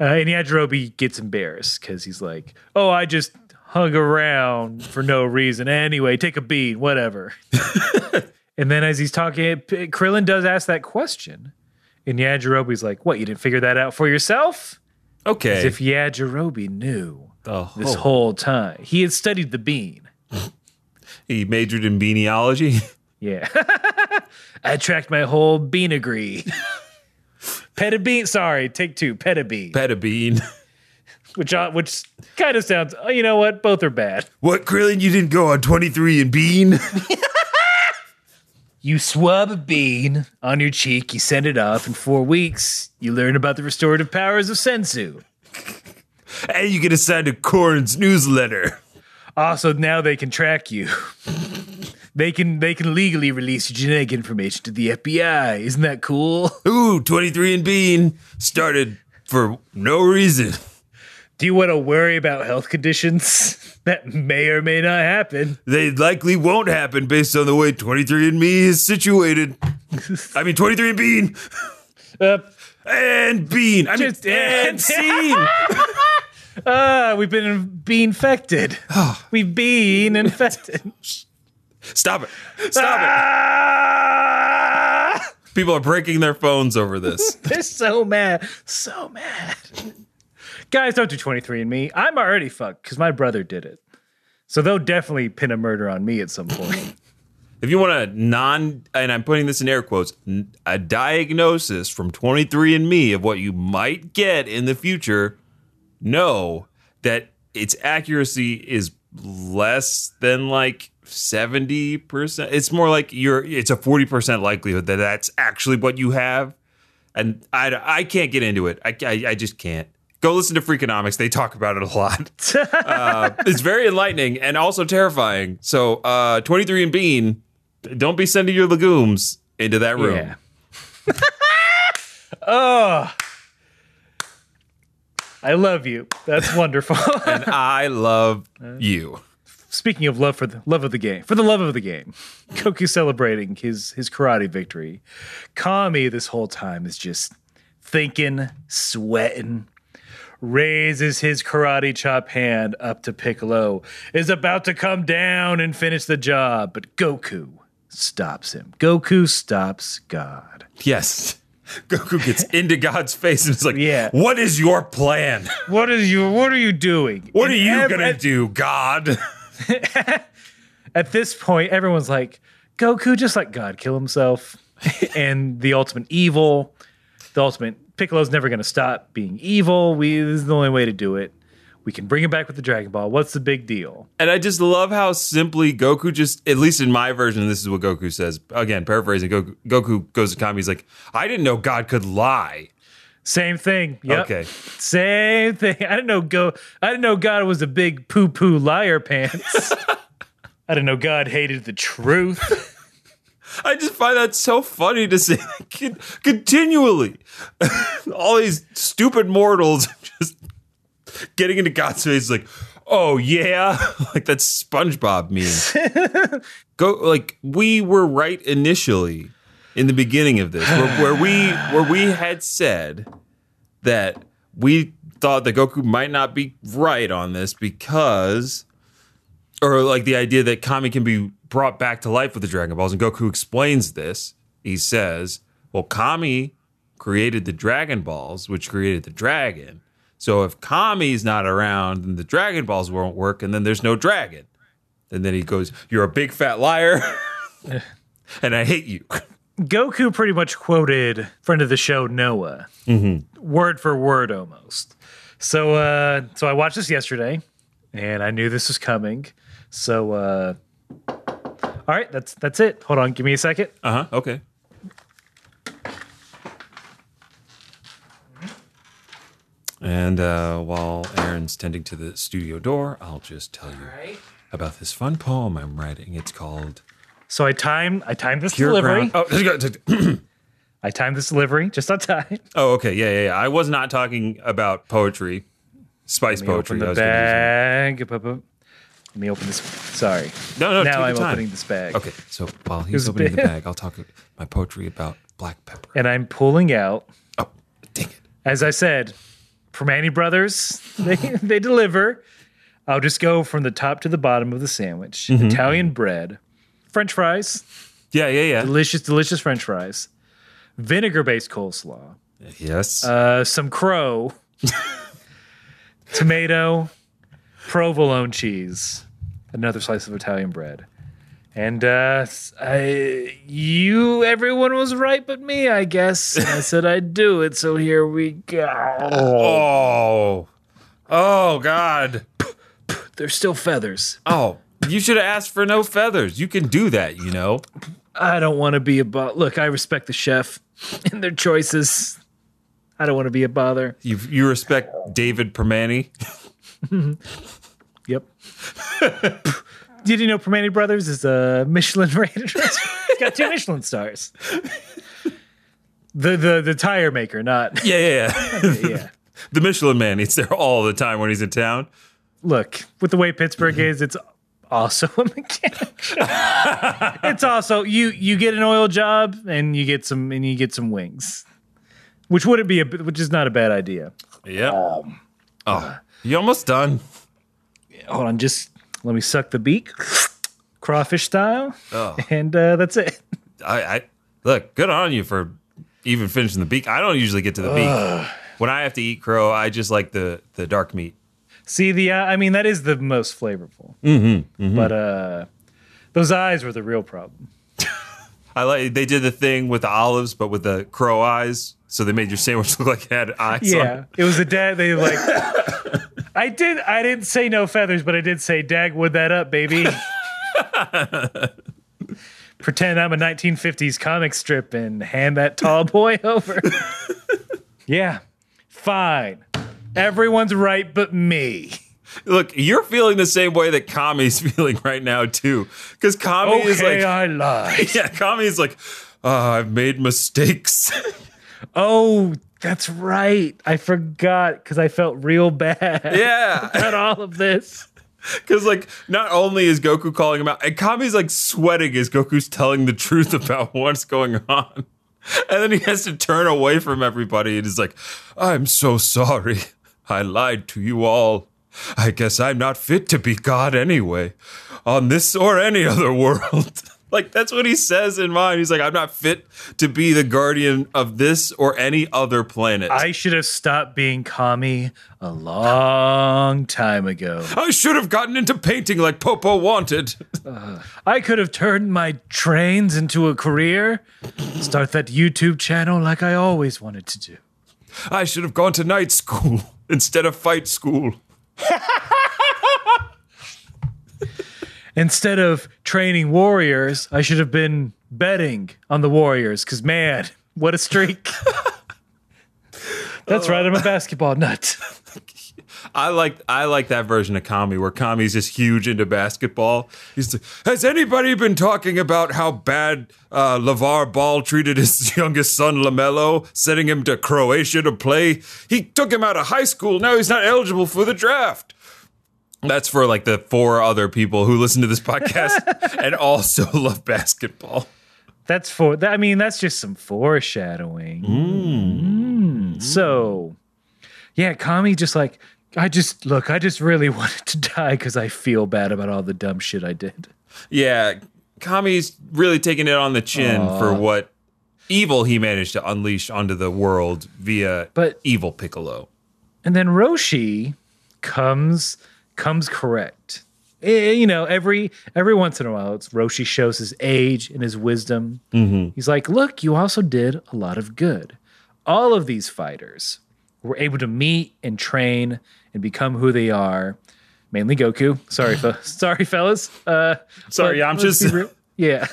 Speaker 1: Uh, and Yajirobe gets embarrassed because he's like, "Oh, I just hung around for no reason. Anyway, take a bean, whatever." and then as he's talking, P- Krillin does ask that question, and Yajirobe's like, "What? You didn't figure that out for yourself?"
Speaker 2: Okay.
Speaker 1: As if Yajirobe knew
Speaker 2: Oh,
Speaker 1: this
Speaker 2: oh.
Speaker 1: whole time he had studied the bean.
Speaker 2: he majored in beaniology.
Speaker 1: Yeah, I tracked my whole bean agree. Pet a bean. Sorry, take two. Pet a bean,
Speaker 2: Pet a bean.
Speaker 1: which uh, which kind of sounds. Oh, you know what? Both are bad.
Speaker 2: What, Krillin? You didn't go on 23 and bean?
Speaker 1: You swab a bean on your cheek, you send it off. In four weeks, you learn about the restorative powers of sensu.
Speaker 2: and you get assigned to Corn's newsletter.
Speaker 1: Also, now they can track you. They can they can legally release your genetic information to the FBI. Isn't that cool?
Speaker 2: Ooh, 23 and bean started for no reason.
Speaker 1: Do you want to worry about health conditions that may or may not happen?
Speaker 2: They likely won't happen based on the way 23 and me is situated. I mean, 23 and bean
Speaker 1: Uh,
Speaker 2: and bean. I mean,
Speaker 1: Just-
Speaker 2: and scene.
Speaker 1: ah, we've been be infected.
Speaker 2: Ah.
Speaker 1: We've been infected.
Speaker 2: Stop it. Stop
Speaker 1: Ah.
Speaker 2: it. People are breaking their phones over this.
Speaker 1: They're so mad. So mad. Guys, don't do 23andMe. I'm already fucked because my brother did it. So they'll definitely pin a murder on me at some point.
Speaker 2: If you want a non, and I'm putting this in air quotes, n- a diagnosis from 23andMe of what you might get in the future, know that its accuracy is less than like 70%. It's more like you're, it's a 40% likelihood that that's actually what you have. And I, I can't get into it. I, I, I just can't. Go listen to Freakonomics. They talk about it a lot. Uh, it's very enlightening and also terrifying. So, uh, 23 and Bean, don't be sending your legumes into that room.
Speaker 1: Yeah. oh. I love you. That's wonderful.
Speaker 2: And I love you.
Speaker 1: Speaking of love for the love of the game, for the love of the game, Goku celebrating his his karate victory. Kami this whole time is just thinking, sweating, raises his karate chop hand up to Piccolo, is about to come down and finish the job, but Goku stops him. Goku stops God.
Speaker 2: Yes. Goku gets into God's face and it's like,
Speaker 1: Yeah.
Speaker 2: what is your plan?
Speaker 1: What is you what are you doing?
Speaker 2: What
Speaker 1: And
Speaker 2: are you
Speaker 1: ev-
Speaker 2: going to
Speaker 1: at-
Speaker 2: do, God?
Speaker 1: At this point, everyone's like, Goku just let God kill himself. and the ultimate evil, the ultimate Piccolo's never going to stop being evil. We this is the only way to do it. We can bring him back with the Dragon Ball. What's the big deal?
Speaker 2: And I just love how simply Goku just, at least in my version, this is what Goku says. Again, paraphrasing, Goku, Goku goes to Kami. He's like, I didn't know God could lie.
Speaker 1: Same thing. Yep.
Speaker 2: Okay.
Speaker 1: Same thing. I didn't know go. I didn't know God was a big poo poo liar pants. I didn't know God hated the truth.
Speaker 2: I just find that so funny to say that kid continually. All these stupid mortals just getting into God's face like, oh yeah. like that SpongeBob meme. Go like we were right initially in the beginning of this, where, where we where we had said that we thought that Goku might not be right on this because or like the idea that Kami can be brought back to life with the Dragon Balls. And Goku explains this. He says, Well, Kami created the Dragon Balls, which created the dragon. So if Kami's not around, then the Dragon Balls won't work, and then there's no dragon. And then he goes, "You're a big fat liar, and I hate you."
Speaker 1: Goku pretty much quoted friend of the show Noah,
Speaker 2: Mm-hmm.
Speaker 1: word for word almost. So, uh, so I watched this yesterday, and I knew this was coming. So, uh, all right, that's that's it. Hold on, give me a second.
Speaker 2: Uh huh. Okay. And uh, while Aaron's tending to the studio door, I'll just tell you about this fun poem I'm writing. It's called
Speaker 1: So I time I timed this
Speaker 2: Pure
Speaker 1: delivery.
Speaker 2: Ground. Oh,
Speaker 1: I timed this delivery just on time.
Speaker 2: oh, okay. Yeah, yeah, yeah. I was not talking about poetry, spice poetry.
Speaker 1: Open
Speaker 2: I
Speaker 1: the
Speaker 2: was gonna use it.
Speaker 1: bag. Bu- bu- Let me open this. Sorry.
Speaker 2: No, no. take
Speaker 1: now
Speaker 2: your
Speaker 1: I'm
Speaker 2: time.
Speaker 1: opening this bag.
Speaker 2: Okay, so while
Speaker 1: was
Speaker 2: he's
Speaker 1: a
Speaker 2: opening
Speaker 1: bit-
Speaker 2: the bag, I'll talk my poetry about black pepper.
Speaker 1: And I'm pulling out,
Speaker 2: Oh, dang it.
Speaker 1: as I said, Permani Brothers. They they deliver. I'll just go from the top to the bottom of the sandwich. Italian bread, French fries,
Speaker 2: Yeah, yeah, yeah.
Speaker 1: delicious, delicious French fries, vinegar-based coleslaw,
Speaker 2: Yes.
Speaker 1: uh, some crow, tomato, provolone cheese, another slice of Italian bread. And uh, s- I, you, everyone was right but me, I guess. And I said I'd do it, so here we go.
Speaker 2: oh, oh, God.
Speaker 1: There's still feathers.
Speaker 2: Oh, you should have asked for no feathers. You can do that, you know.
Speaker 1: I don't want to be a bo- look. I respect the chef and their choices. I don't want to be a bother.
Speaker 2: You you respect David Permani.
Speaker 1: Yep. Did you know Permane Brothers is a Michelin rated restaurant? It's got two Michelin stars. The the the tire maker, not
Speaker 2: Yeah, yeah, yeah.
Speaker 1: yeah.
Speaker 2: the Michelin man eats there all the time when he's in town.
Speaker 1: Look, with the way Pittsburgh is, it's also a mechanic. shop. it's also you you get an oil job and you get some and you get some wings. Which wouldn't be a which is not a bad idea.
Speaker 2: Yeah. oh, you almost done.
Speaker 1: Hold on, just let me suck the beak. Crawfish style.
Speaker 2: Oh.
Speaker 1: And uh, that's it.
Speaker 2: I, I look good on you for even finishing the beak. I don't usually get to the beak. When I have to eat crow, I just like the the dark meat.
Speaker 1: See the eye- I mean that is the most flavorful. Mm-hmm, But uh, those eyes were the real problem.
Speaker 2: I like they did the thing with the olives, but with the crow eyes, so they made your sandwich look like it had eyes. on
Speaker 1: Yeah, it was a dad. They like. I did. I didn't say no feathers, but I did say dag wood that up, baby. Pretend I'm a 1950s comic strip and hand that tall boy over. yeah, fine. Everyone's right but me.
Speaker 2: it. Look, you're feeling the same way that Kami's feeling right now too, because Kami
Speaker 1: Okay,
Speaker 2: is like,
Speaker 1: I lied.
Speaker 2: yeah, Kami's like, oh, I've made mistakes.
Speaker 1: Oh, that's right. I forgot because I felt real bad.
Speaker 2: yeah,
Speaker 1: about all of this.
Speaker 2: because like not only is Goku calling him out, and Kami's like sweating as Goku's telling the truth about what's going on, and then he has to turn away from everybody and is like, I'm so sorry, I lied to you all. I guess I'm not fit to be God anyway, on this or any other world. Like that's what he says in mind. He's like, I'm not fit to be the guardian of this or any other planet.
Speaker 1: I should have stopped being commie a long time ago.
Speaker 2: I should have gotten into painting like Popo wanted.
Speaker 1: I could have turned my trains into a career, start that YouTube channel like I always wanted to do.
Speaker 2: I should have gone to night school instead of fight school.
Speaker 1: Instead of training warriors, I should have been betting on the warriors because, man, what a streak. That's right, I'm a basketball nut.
Speaker 2: I like I like that version of Kami where Kami's just huge into basketball. He's like, has anybody been talking about how bad uh, LeVar Ball treated his youngest son Lamelo, sending him to Croatia to play? He took him out of high school. Now he's not eligible for the draft. That's for like the four other people who listen to this podcast and also love basketball.
Speaker 1: That's for that. I mean, that's just some foreshadowing. Mm. So, yeah, Kami just like I just look. I just really wanted to die because I feel bad about all the dumb shit I did.
Speaker 2: Yeah, Kami's really taking it on the chin for what evil he managed to unleash onto the world via
Speaker 1: But-
Speaker 2: evil Piccolo.
Speaker 1: And then Roshi comes comes correct. Eh, you know, every every once in a while, it's Roshi shows his age and his wisdom. He's like, "Look, you also did a lot of good. All of these fighters were able to meet and train and become who they are. Mainly Goku. Sorry, fe- sorry, fellas. Uh,
Speaker 2: Sorry,
Speaker 1: but
Speaker 2: Yamcha's-
Speaker 1: let's be real- Yeah."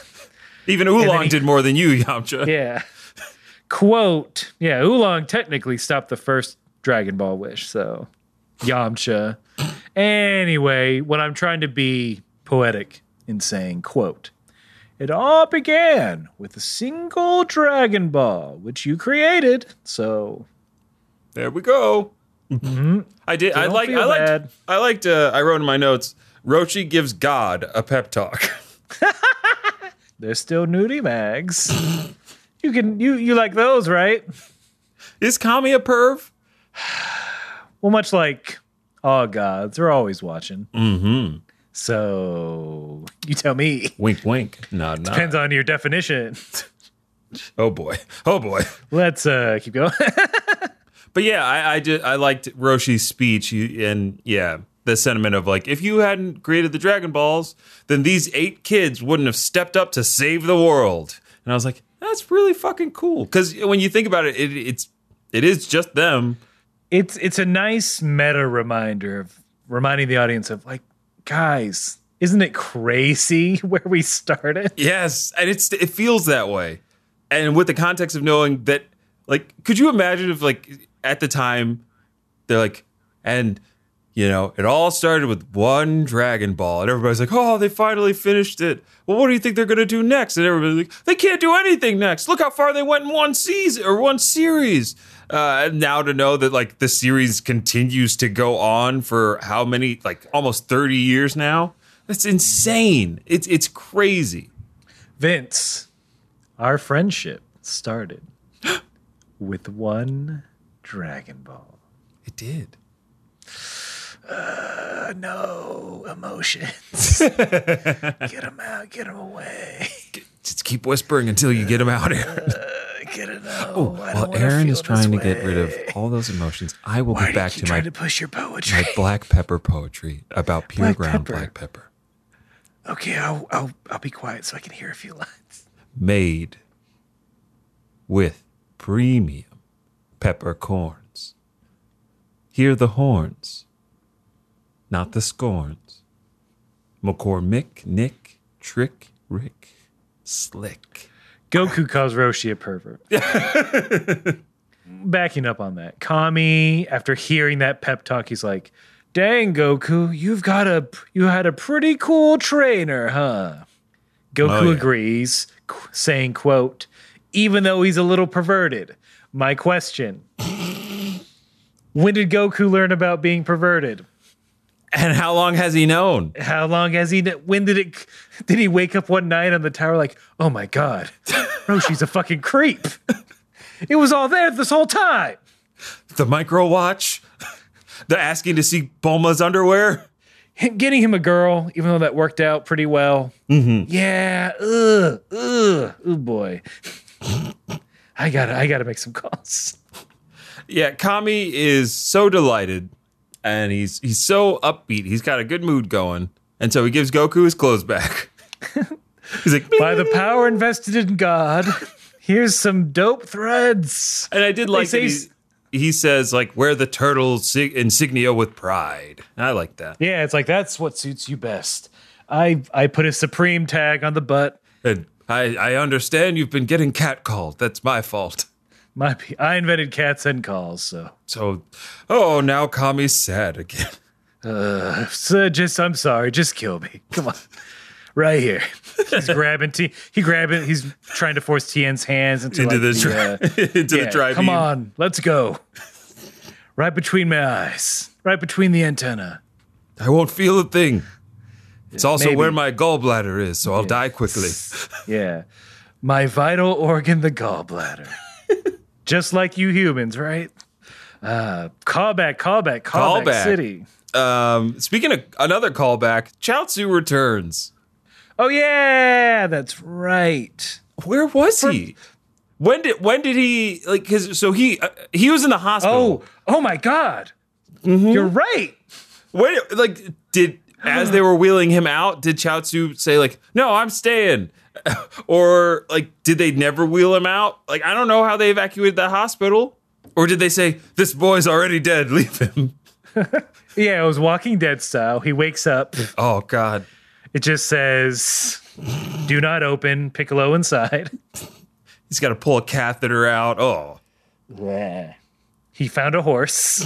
Speaker 2: Even Oolong
Speaker 1: he-
Speaker 2: did more than you, Yamcha.
Speaker 1: Yeah. Quote. Yeah, Oolong technically stopped the first Dragon Ball wish, so Yamcha. anyway, what I'm trying to be poetic in saying, quote, it all began with a single Dragon Ball, which you created. So
Speaker 2: There we go. I did. I
Speaker 1: Mm-hmm. Don't
Speaker 2: like.
Speaker 1: feel
Speaker 2: I liked.
Speaker 1: bad.
Speaker 2: I liked. Uh, I wrote in my notes. Rochi gives God a pep talk.
Speaker 1: there's still nudie mags. you can you you like those, right?
Speaker 2: Is Kami a perv?
Speaker 1: Well, much like all gods, they're always watching. Mm-hmm. So you tell me.
Speaker 2: Wink, wink. Nod, nod.
Speaker 1: Depends on your definition.
Speaker 2: Oh boy. Oh boy.
Speaker 1: Let's uh, keep going.
Speaker 2: But yeah, I, I did. I liked Roshi's speech, you- and yeah, the sentiment of like, if you hadn't created the Dragon Balls, then these eight kids wouldn't have stepped up to save the world. And I was like, that's really fucking cool. Because when you think about it, it, it's it is just them.
Speaker 1: it's it's a nice meta reminder of reminding the audience of like, guys, isn't it crazy where we started?
Speaker 2: Yes, and it's it feels that way. And with the context of knowing that like could you imagine if like at the time they're like and you know, it all started with one Dragon Ball and everybody's like, "Oh, they finally finished it." Well, what do you think they're going to do next? And everybody's like, "They can't do anything next. Look how far they went in one season or one series." Uh, and now to know that like the series continues to go on for how many like almost 30 years now. That's insane. It's it's crazy.
Speaker 1: Vince, our friendship started with one Dragon Ball.
Speaker 2: It did.
Speaker 1: Uh, no emotions. get him out. Get him away.
Speaker 2: Just keep whispering until you get him out, Aaron.
Speaker 1: Get it out.
Speaker 2: While Oh, Aaron is trying to get rid of all those emotions, I will get back to my,
Speaker 1: to push your poetry.
Speaker 2: my black pepper poetry about pure
Speaker 1: Black
Speaker 2: ground
Speaker 1: pepper.
Speaker 2: black pepper.
Speaker 1: Okay, I'll, I'll I'll be quiet so I can hear a few lines.
Speaker 2: Made with premium peppercorns. Hear the horns, not the scorns. McCormick, Nick, Trick, Rick, Slick.
Speaker 1: Goku calls Roshi a pervert. Backing up on that, Kami, after hearing that pep talk, he's like, "Dang, Goku, you've got a you had a pretty cool trainer, huh?" Goku
Speaker 2: Oh, yeah.
Speaker 1: agrees, qu- saying, "Quote, even though he's a little perverted." My question: When did Goku learn about being perverted?
Speaker 2: And how long has he known?
Speaker 1: how long has he kn- when did it did he wake up one night on the tower like oh my god roshi's a fucking creep it was all there this whole time
Speaker 2: the micro watch, the asking to see Bulma's underwear.
Speaker 1: him, getting him a girl even though that worked out pretty well yeah ugh, ugh, oh boy i gotta i gotta make some calls
Speaker 2: Yeah, Kami is so delighted, and he's he's so upbeat. He's got a good mood going, and so he gives Goku his clothes back. he's like,
Speaker 1: by the power invested in god here's some dope threads
Speaker 2: and I did like
Speaker 1: say
Speaker 2: that he,
Speaker 1: s-
Speaker 2: he says like, wear the turtle sig- insignia with pride. And I like that.
Speaker 1: yeah it's like that's what suits you best i i put a supreme tag on the butt
Speaker 2: And I I understand you've been getting catcalled. That's my fault.
Speaker 1: My, pe- I invented cats and calls, so
Speaker 2: So, oh, now Kami's sad again.
Speaker 1: so just I'm sorry, just kill me. Come on, right here. He's grabbing T. He grabbing. He's trying to force Tien's hands into,
Speaker 2: Into
Speaker 1: like,
Speaker 2: the,
Speaker 1: uh,
Speaker 2: tri- into the
Speaker 1: yeah,
Speaker 2: tribe.
Speaker 1: Come on, let's go. Right between my eyes, right between the antenna.
Speaker 2: I won't feel a thing. It's also
Speaker 1: maybe.
Speaker 2: where my gallbladder is, so I'll die quickly.
Speaker 1: Yeah, my vital organ, the gallbladder. just like you humans, right? Uh, callback, callback, callback,
Speaker 2: Callback.
Speaker 1: city.
Speaker 2: Um, speaking of another callback, Chaozu returns.
Speaker 1: Oh yeah, that's right.
Speaker 2: Where was he? When did when did he like? Cause so he uh, he was in the hospital.
Speaker 1: Oh, oh my God. You're right.
Speaker 2: Wait, like, did as they were wheeling him out, did Chaozu say like, "No, I'm staying," or like, did they never wheel him out? Like, I don't know how they evacuated that hospital, or did they say, "This boy's already dead, leave him"?
Speaker 1: Yeah, it was Walking Dead style. He wakes up.
Speaker 2: Oh God,
Speaker 1: It just says, "Do not open." Piccolo inside.
Speaker 2: he's got to pull a catheter out. Oh,
Speaker 1: He found a horse.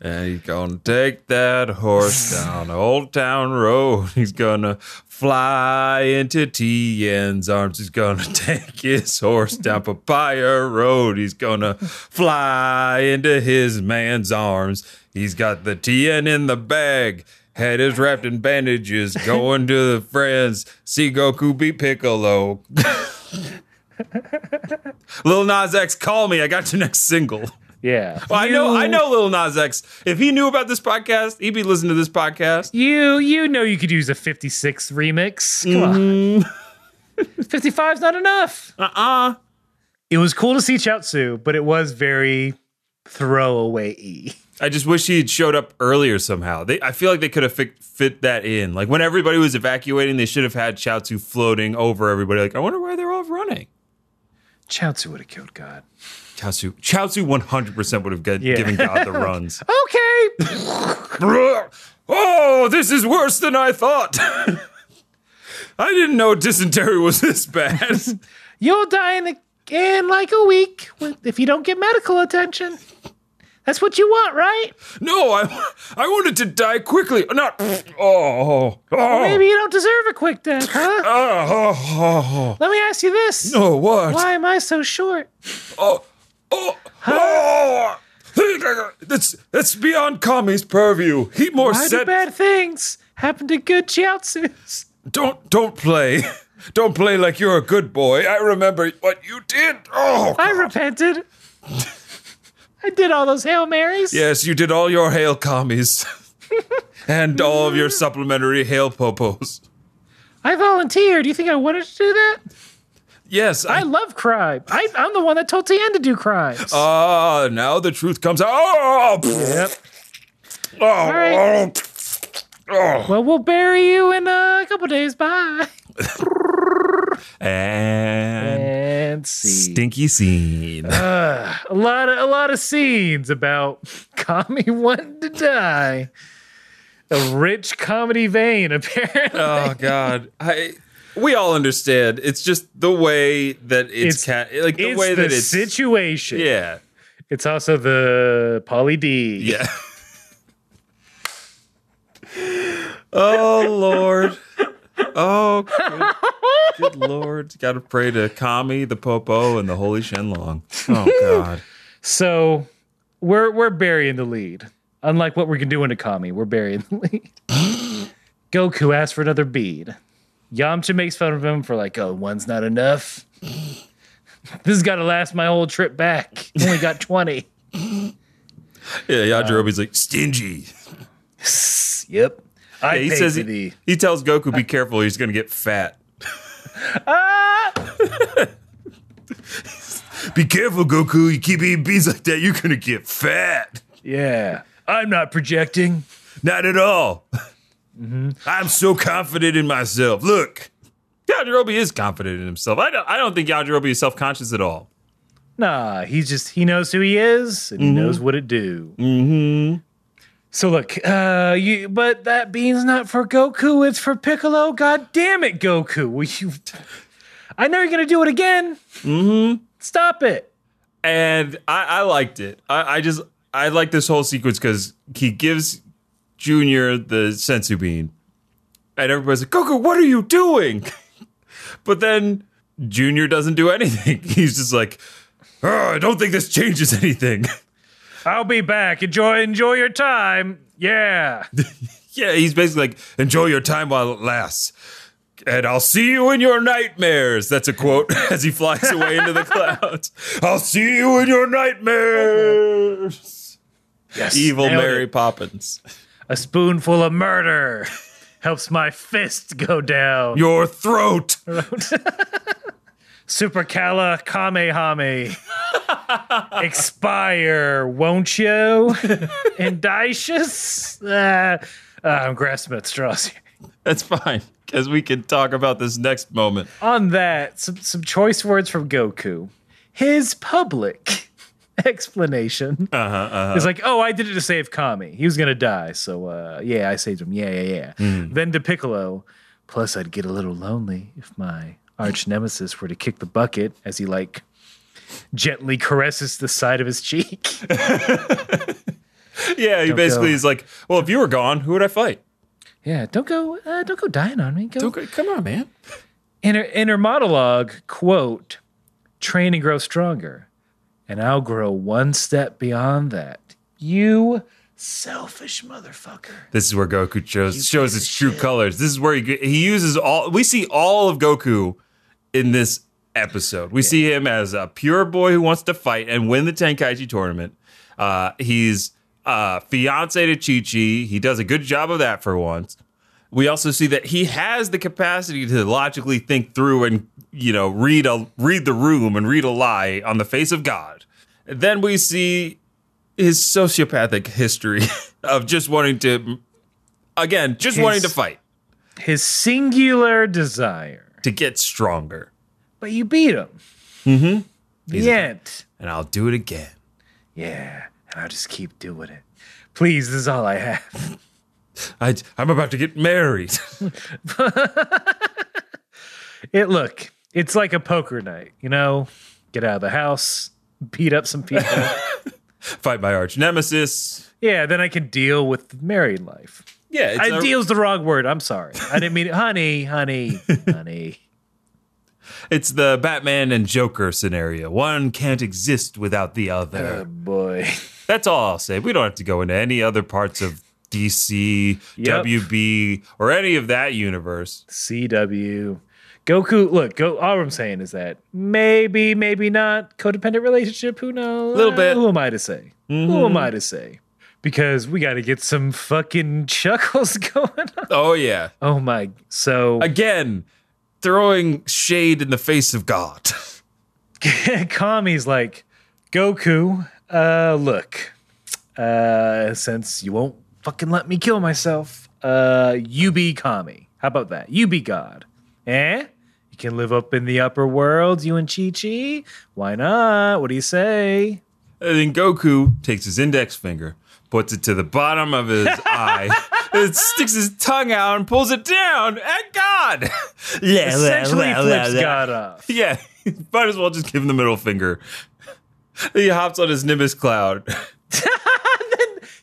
Speaker 2: and he's gonna take that horse down Old Town Road. He's gonna fly into TN's arms. He's gonna take his horse down Papaya Road. He's gonna fly into his man's arms. He's got the TN in the bag. Head is wrapped in bandages. Going to the friends. See Goku beat Piccolo. Lil Nas X, call me. I got your next single.
Speaker 1: Yeah.
Speaker 2: Well, I know,
Speaker 1: You-
Speaker 2: I know, Lil Nas X. If he knew about this podcast, he'd be listening to this podcast.
Speaker 1: You you know you could use a 56 remix. Come on. 55's not enough.
Speaker 2: Uh
Speaker 1: Uh-uh.
Speaker 2: uh
Speaker 1: It was cool to see Chaozu, but it was very throwaway y.
Speaker 2: I just wish he had showed up earlier somehow. They, I feel like they could have fit, fit that in. Like when everybody was evacuating, they should have had Chaozu floating over everybody. Like, I wonder why they're all running.
Speaker 1: Chaozu would have killed God.
Speaker 2: Chaozu, Chaozu, one hundred percent would have get,
Speaker 1: Yeah.
Speaker 2: given God the runs.
Speaker 1: Okay.
Speaker 2: oh, this is worse than I thought. I didn't know dysentery was this bad.
Speaker 1: You'll die in, a, in like a week with- if you don't get medical attention. That's what you want, right?
Speaker 2: No, I, I wanted to die quickly. Not. Oh, oh, oh,
Speaker 1: Maybe you don't deserve a quick death, huh?
Speaker 2: oh, oh,
Speaker 1: Let me ask you this.
Speaker 2: oh, what?
Speaker 1: Why am I so short?
Speaker 2: Oh, oh, oh. That's that's beyond Kami's purview. He more
Speaker 1: Why do
Speaker 2: said,
Speaker 1: bad things happen to good Chaozus?
Speaker 2: "Don't don't play, don't play like you're a good boy." I remember what you did. Oh,
Speaker 1: I repented. I did all those Hail Marys.
Speaker 2: yes, you did all your hail Kamis, and all of your supplementary hail popos.
Speaker 1: I volunteered. You think I wanted to do that?
Speaker 2: Yes,
Speaker 1: I love crime. I, I'm the one that told Tian to do crimes.
Speaker 2: Ah, now the truth comes out. Oh,
Speaker 1: Yep.
Speaker 2: Oh,
Speaker 1: right.
Speaker 2: oh, oh.
Speaker 1: Well, we'll bury you in uh, a couple days. Bye.
Speaker 2: And
Speaker 1: And see.
Speaker 2: stinky scene.
Speaker 1: a lot of a lot of scenes about Kami wanting to die. A rich comedy vein, apparently.
Speaker 2: oh God, I. We all understand. It's just the way that it's,
Speaker 1: It's-
Speaker 2: ca- like the
Speaker 1: it's
Speaker 2: way
Speaker 1: the
Speaker 2: that it's
Speaker 1: situation.
Speaker 2: yeah
Speaker 1: It's also the Polly D.
Speaker 2: yeah. oh Lord. Oh, good, good Lord! Got to pray to Kami, the Popo, and the Holy Shenlong. Oh God!
Speaker 1: So we're we're burying the lead. Unlike what we can do in Akami, we're burying the lead. Goku asks for another bead. Yamcha makes fun of him for like, oh, one's not enough. this has got to last my whole trip back. Only got 20.
Speaker 2: Yeah, Yajirobe's like stingy.
Speaker 1: yep. I
Speaker 2: Yeah, he
Speaker 1: paid
Speaker 2: says
Speaker 1: for
Speaker 2: he,
Speaker 1: the
Speaker 2: he tells Goku, "Be careful, he's gonna get fat." Be careful, Goku. You keep eating beans like that, you're gonna get fat.
Speaker 1: Yeah. I'm not projecting.
Speaker 2: Not at all. I'm so confident in myself. Look, Yajirobe is confident in himself. I don't, I don't think Yajirobe is self conscious at all.
Speaker 1: Nah, he's just he knows who he is and he knows what it do. Mm-hmm. So look, uh you but that bean's not for Goku, it's for Piccolo. God damn it, Goku. Will you I know you're gonna do it again. Mm-hmm. Stop it.
Speaker 2: and I, I liked it. I, I just I like this whole sequence because he gives Junior the sensu bean, and everybody's like, "Goku, what are you doing?" but then Junior doesn't do anything. He's just like, "Oh, "I don't think this changes anything."
Speaker 1: I'll be back. Enjoy enjoy your time. Yeah.
Speaker 2: yeah, he's basically like, "Enjoy your time while it lasts." And I'll see you in your nightmares. That's a quote as he flies away into the clouds. I'll see you in your nightmares.
Speaker 1: Yes.
Speaker 2: Evil
Speaker 1: nailed
Speaker 2: Mary
Speaker 1: it.
Speaker 2: Poppins.
Speaker 1: A spoonful of murder helps my fist go down.
Speaker 2: your throat.
Speaker 1: Supercala Kamehame. expire, won't you? Indicious? Uh, uh, I'm grasping at straws here.
Speaker 2: That's fine, because we can talk about this next moment.
Speaker 1: On that, some, some choice words from Goku. His public explanation is like, oh, I did it to save Kami. He was going to die. So, uh, yeah, I saved him. Yeah, yeah, yeah. Then to Piccolo. Plus, I'd get a little lonely if my arch nemesis were to kick the bucket as he, like, gently caresses the side of his cheek.
Speaker 2: Yeah, he basically is like, well, if you were gone, who would I fight?
Speaker 1: Yeah, don't go, uh, don't go dying on me. Go,
Speaker 2: Okay, come on, man.
Speaker 1: in her in her monologue, quote, train and grow stronger, and I'll grow one step beyond that. You selfish motherfucker.
Speaker 2: This is where Goku shows shows his true colors. This is where he g- he uses all. We see all of Goku in this episode. We see him as a pure boy who wants to fight and win the Tenkaichi tournament. Uh, he's uh, fiance to Chi Chi. He does a good job of that for once. We also see that he has the capacity to logically think through and you know read a read the room and read a lie on the face of God. Then we see his sociopathic history of just wanting to again just wanting to fight
Speaker 1: His singular desire.
Speaker 2: to get stronger
Speaker 1: But you beat him. Mm-hmm. The end.
Speaker 2: and i'll do it again
Speaker 1: Yeah. And I'll just keep doing it. Please, this is all I have.
Speaker 2: I, i'm about to get married
Speaker 1: It look, it's like a poker night, you know? Get out of the house, beat up some people.
Speaker 2: fight my arch nemesis
Speaker 1: yeah, then I can deal with married life.
Speaker 2: yeah it's a-
Speaker 1: Ideal's the wrong word. I'm sorry. I didn't mean it. Honey, honey, honey.
Speaker 2: it's the batman and joker scenario one can't exist without the other
Speaker 1: Boy.
Speaker 2: that's all i'll say we don't have to go into any other parts of dc
Speaker 1: Yep.
Speaker 2: wb or any of that universe
Speaker 1: CW. Goku, look, go, all I'm saying is that maybe, maybe not codependent relationship. Who knows?
Speaker 2: Little bit. Mm-hmm.
Speaker 1: who am I to say? Who am I to say? Because we got to get some fucking chuckles going on.
Speaker 2: oh yeah
Speaker 1: Oh my. So
Speaker 2: again throwing shade in the face of god
Speaker 1: Kami's like, Goku, uh, look, uh, since you won't fucking let me kill myself, uh, you be Kami. How about that? You be God. Eh? You can live up in the upper worlds, you and Chi Chi. Why not? What do you say?
Speaker 2: And then Goku takes his index finger, puts it to the bottom of his eye, and sticks his tongue out and pulls it down at God. Yeah,
Speaker 1: Essentially flips God off.
Speaker 2: Yeah, might as well just give him the middle finger. He hops on his Nimbus cloud.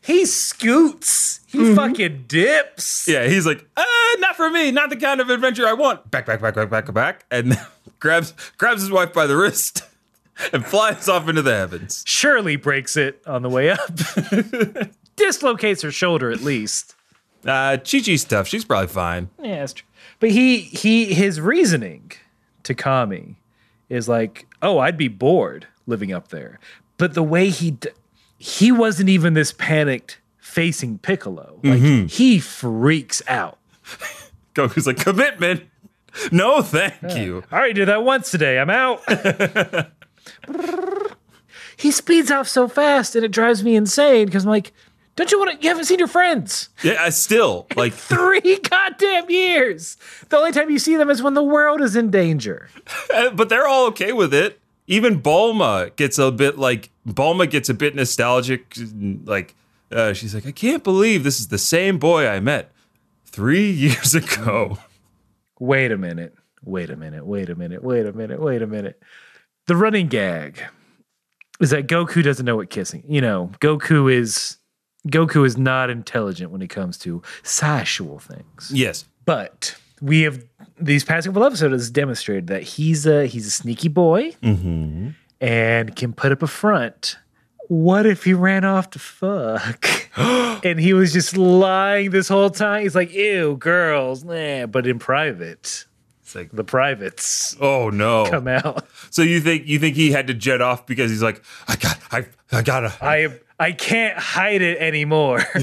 Speaker 1: He scoots. He fucking dips.
Speaker 2: Yeah, he's like, uh, not for me, not the kind of adventure I want. Back, back, back, back, back, back, and grabs grabs his wife by the wrist and flies off into the heavens.
Speaker 1: Surely breaks it on the way up. Dislocates her shoulder at least.
Speaker 2: Uh, Chi Chi stuff. She's probably fine.
Speaker 1: Yeah, that's true. But he he his reasoning to Kami is like, oh, I'd be bored living up there. But the way he d- he wasn't even this panicked facing Piccolo. Like he freaks out.
Speaker 2: Goku's like, commitment. No, thank you.
Speaker 1: I already did that once today. I'm out. he speeds off so fast and it drives me insane because I'm like, don't you want to? You haven't seen your friends.
Speaker 2: Yeah, I still like.
Speaker 1: Three goddamn years. The only time you see them is when the world is in danger.
Speaker 2: uh, but they're all okay with it. Even Bulma gets a bit like Bulma gets a bit nostalgic. Like uh, she's like, I can't believe this is the same boy I met three years ago.
Speaker 1: wait a minute, wait a minute, wait a minute, wait a minute, wait a minute. The running gag is that Goku doesn't know what kissing. You know, Goku is Goku is not intelligent when it comes to sexual things.
Speaker 2: Yes,
Speaker 1: But we have these past couple episodes has demonstrated that he's a he's a sneaky boy
Speaker 2: Mm-hmm.
Speaker 1: and can put up a front. What if he ran off to fuck and he was just lying this whole time? He's like, ew, girls, nah, but in private.
Speaker 2: it's like,
Speaker 1: The privates
Speaker 2: oh no.
Speaker 1: come out.
Speaker 2: So you think you think he had to jet off because he's like, I got, I, I gotta.
Speaker 1: I I can't hide it anymore.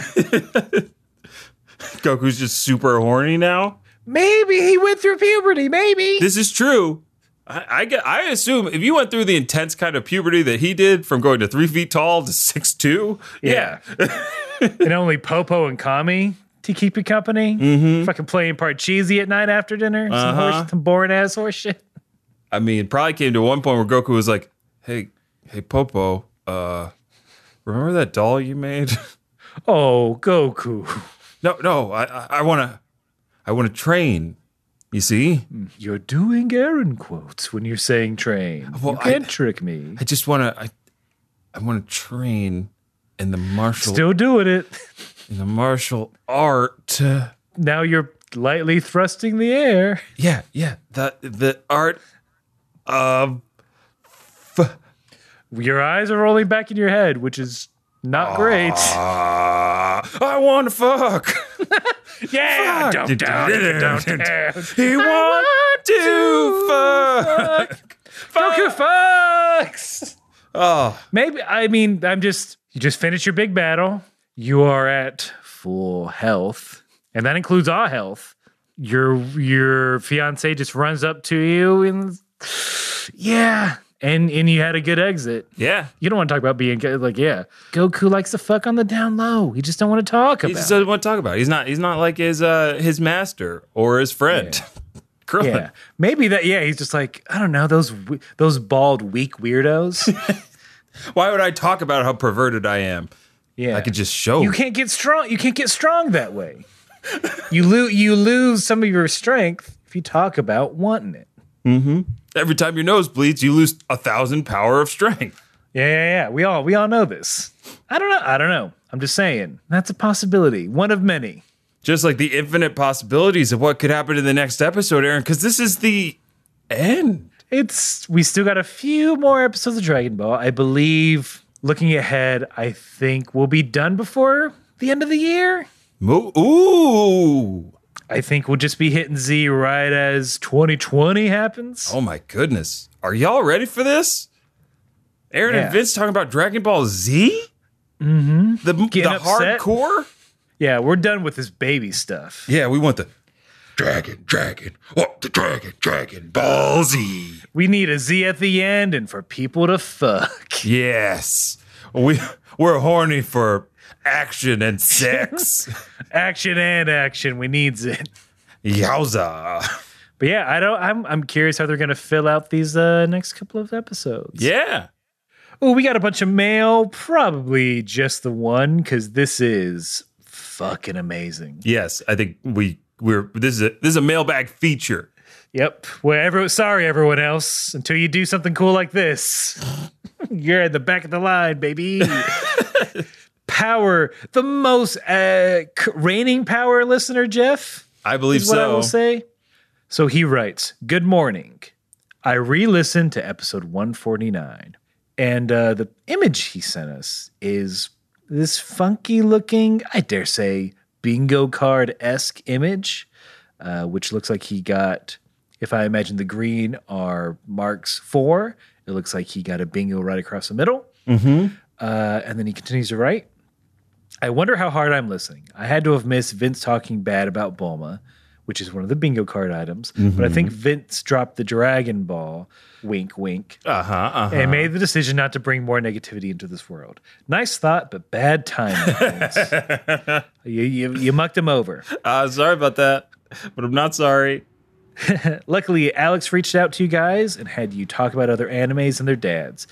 Speaker 2: Goku's just super horny now.
Speaker 1: maybe he went through puberty, maybe.
Speaker 2: This is true. I, I get. I assume if you went through the intense kind of puberty that he did, from going to three feet tall to six two, yeah,
Speaker 1: and only Popo and Kami to keep you company. Mm-hmm. Fucking playing part cheesy at night after dinner. Some,
Speaker 2: Uh-huh.
Speaker 1: horse, some boring ass horse shit.
Speaker 2: I mean, probably came to one point where Goku was like, "Hey, hey, Popo, uh, remember that doll you made?
Speaker 1: Oh, Goku,
Speaker 2: no, no, I, I, I wanna, I wanna train. You see,
Speaker 1: you're doing Aaron quotes when you're saying train.
Speaker 2: Well,
Speaker 1: you can't
Speaker 2: I-
Speaker 1: trick me.
Speaker 2: I just wanna, I, I wanna train in the martial,
Speaker 1: Still doing it.
Speaker 2: in the martial art.
Speaker 1: Now you're lightly thrusting the air.
Speaker 2: Yeah, yeah, the the art of
Speaker 1: Your eyes are rolling back in your head, which is not great.
Speaker 2: uh, I wanna fuck.
Speaker 1: Yeah,
Speaker 2: Fuck.
Speaker 1: dump down, dump down.
Speaker 2: He want to fuck.
Speaker 1: Goku fucks.
Speaker 2: Oh,
Speaker 1: Maybe I mean I'm just you just finished your big battle. You are at full health, and that includes all health. Your your fiance just runs up to you and yeah, and and you had a good exit.
Speaker 2: yeah.
Speaker 1: You don't want to talk about being good, like yeah. Goku likes to fuck on the down low. He just don't want to talk
Speaker 2: He
Speaker 1: about.
Speaker 2: just
Speaker 1: it.
Speaker 2: doesn't want to talk about. It. He's not. He's not like his uh his master or his friend. Krillin.
Speaker 1: yeah, maybe that. Yeah, he's just like I don't know those w- those bald weak weirdos.
Speaker 2: Why would I talk about how perverted I am?
Speaker 1: Yeah,
Speaker 2: I could just show.
Speaker 1: you can't get strong you can't get strong that way you lose you lose some of your strength if you talk about wanting it
Speaker 2: Every time your nose bleeds, you lose a thousand power of strength.
Speaker 1: yeah yeah yeah we all we all know this i don't know i don't know i'm just saying that's a possibility one of many
Speaker 2: Just like the infinite possibilities of what could happen in the next episode, Aaron. Because this is the end.
Speaker 1: it's we still got a few more episodes of dragon ball i believe looking ahead i think we'll be done before the end of the year
Speaker 2: Mo- Ooh.
Speaker 1: i think we'll just be hitting z right as 2020 happens
Speaker 2: Oh my goodness. Are y'all ready for this? Aaron
Speaker 1: Yeah.
Speaker 2: and Vince talking about Dragon Ball Z? Mm-hmm. The, the
Speaker 1: Getting upset?
Speaker 2: hardcore?
Speaker 1: yeah we're done with this baby stuff
Speaker 2: Yeah, we want the
Speaker 3: Dragon, dragon, what the dragon, dragon, Ball Z.
Speaker 1: We need a Z at the end and for people to fuck.
Speaker 2: yes. We we're horny for action and sex.
Speaker 1: Action and action. We needs it.
Speaker 2: Yowza.
Speaker 1: But yeah, I don't I'm I'm curious how they're gonna fill out these uh next couple of episodes.
Speaker 2: Yeah.
Speaker 1: Oh, we got a bunch of mail, probably just the one, because this is fucking amazing.
Speaker 2: Yes, I think we we're this is a this is a mailbag feature.
Speaker 1: Yep. Wherever sorry everyone else. Until you do something cool like this. You're at the back of the line, baby. power, the most uh c- reigning power listener, Jeff.
Speaker 2: I believe
Speaker 1: is what I
Speaker 2: so.
Speaker 1: will say. So he writes, Good morning. I re listened to episode 149, and uh, the image he sent us is this funky looking, I dare say, bingo card esque image, uh, which looks like he got, if I imagine the green are marks four, it looks like he got a bingo right across the middle.
Speaker 2: Mm-hmm.
Speaker 1: Uh, and then he continues to write. I wonder how hard I'm listening. I had to have missed Vince talking bad about Bulma, which is one of the bingo card items. But I think Vince dropped the Dragon Ball, wink, wink,
Speaker 2: Uh-huh. uh-huh.
Speaker 1: and made the decision not to bring more negativity into this world. Nice thought, but bad timing. Vince. you, you, you mucked him over.
Speaker 2: Uh, sorry about that, but I'm not sorry.
Speaker 1: Luckily, Alex reached out to you guys and had you talk about other animes and their dads.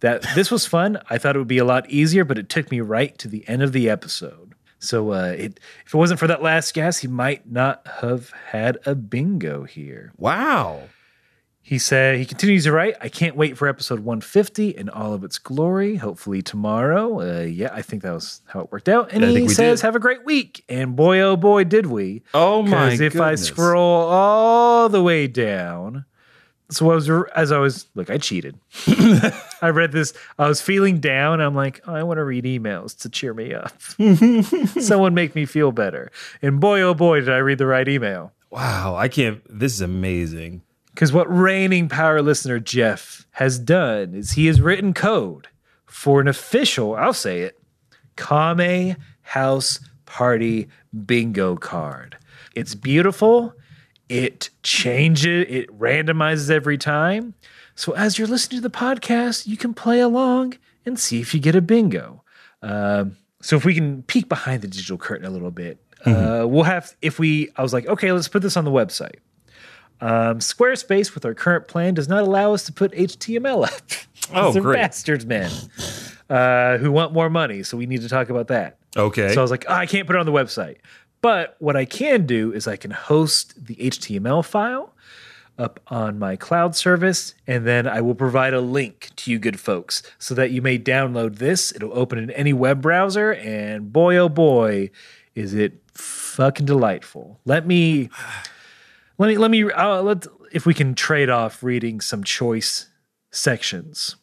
Speaker 1: That this was fun. I thought it would be a lot easier, but it took me right to the end of the episode. So uh, it, if it wasn't for that last gas, he might not have had a bingo here.
Speaker 2: Wow.
Speaker 1: He said he continues to write. I can't wait for episode 150 in all of its glory. Hopefully tomorrow. Uh, yeah, I think that was how it worked out. And
Speaker 2: Yeah, I
Speaker 1: he
Speaker 2: think we
Speaker 1: says,
Speaker 2: did.
Speaker 1: "Have a great week." And boy, oh boy, did we!
Speaker 2: Oh my
Speaker 1: Because if I
Speaker 2: goodness.
Speaker 1: scroll all the way down, so I was as I was look, I cheated. I read this. I was feeling down. I'm like, "Oh, I want to read emails to cheer me up. Someone make me feel better. And boy, oh boy, did I read the right email.
Speaker 2: Wow, I can't. This is amazing.
Speaker 1: Because what reigning power listener Jeff has done is he has written code for an official, I'll say it, Kame House Party bingo card. It's beautiful. it changes, it randomizes every time. So as you're listening to the podcast, you can play along and see if you get a bingo. Um, so if we can peek behind the digital curtain a little bit,
Speaker 2: Mm-hmm.
Speaker 1: uh, we'll have, if we, I was like, okay, let's put this on the website. Um, Squarespace, with our current plan, does not allow us to put HTML up. 'Cause
Speaker 2: Oh,
Speaker 1: they're
Speaker 2: great.
Speaker 1: bastards, man, uh, who want more money. So we need to talk about that.
Speaker 2: Okay.
Speaker 1: So I was like, oh, I can't put it on the website. But what I can do is I can host the HTML file up on my cloud service, and then I will provide a link to you good folks so that you may download this. It'll open in any web browser, and boy, oh boy, is it fucking delightful. Let me, let me, let me, uh, let if we can trade off reading some choice sections.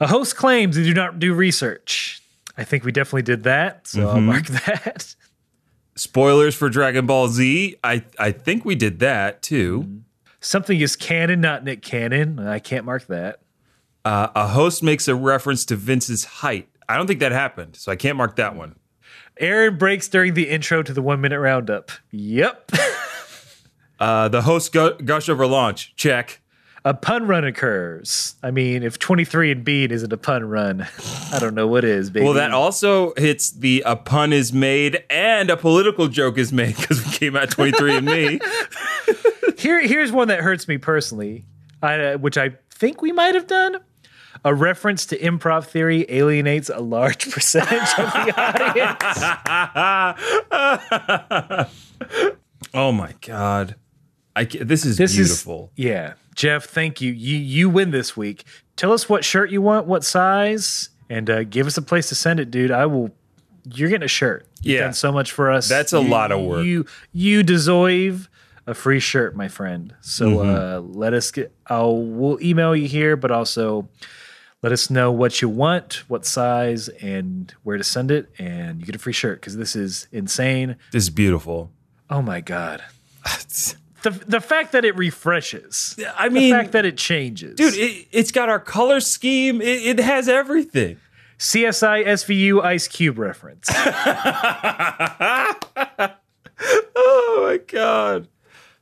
Speaker 1: A host claims they do not do research. I think we definitely did that, so
Speaker 2: Mm-hmm.
Speaker 1: I'll mark that.
Speaker 2: Spoilers for Dragon Ball Z. I I think we did that too.
Speaker 1: Something is canon, not Nick Cannon. I can't mark that.
Speaker 2: Uh, a host makes a reference to Vince's height. I don't think that happened, so I can't mark that one.
Speaker 1: Aaron breaks during the intro to the one minute roundup. Yep.
Speaker 2: Uh, the host gu- gush over launch. Check.
Speaker 1: a pun run occurs. I mean, if 23 and Bean isn't a pun run, I don't know what is, baby.
Speaker 2: Well, that also hits the a pun is made and a political joke is made because we came out 23 and me.
Speaker 1: Here, here's one that hurts me personally, I, uh, which I think we might have done. A reference to improv theory alienates a large percentage of the audience.
Speaker 2: Oh my God. I ca- this is
Speaker 1: This is-
Speaker 2: beautiful.
Speaker 1: Yeah, Jeff, thank you. You you win this week. Tell us what shirt you want, what size, and uh, give us a place to send it, dude. I will. You're getting a shirt. You've
Speaker 2: Yeah.
Speaker 1: done so much for us.
Speaker 2: That's a
Speaker 1: You-
Speaker 2: lot of work.
Speaker 1: You you deserve a free shirt, my friend. So uh,
Speaker 2: Mm-hmm.
Speaker 1: let us get. I'll we'll email you here, but also let us know what you want, what size, and where to send it, and you get a free shirt because this is insane.
Speaker 2: This is beautiful.
Speaker 1: Oh my god. The, the fact that it refreshes
Speaker 2: I
Speaker 1: the
Speaker 2: mean,
Speaker 1: fact that it changes.
Speaker 2: dude, it, it's got our color scheme. It, it has everything.
Speaker 1: CSI SVU Ice Cube reference.
Speaker 2: Oh my God.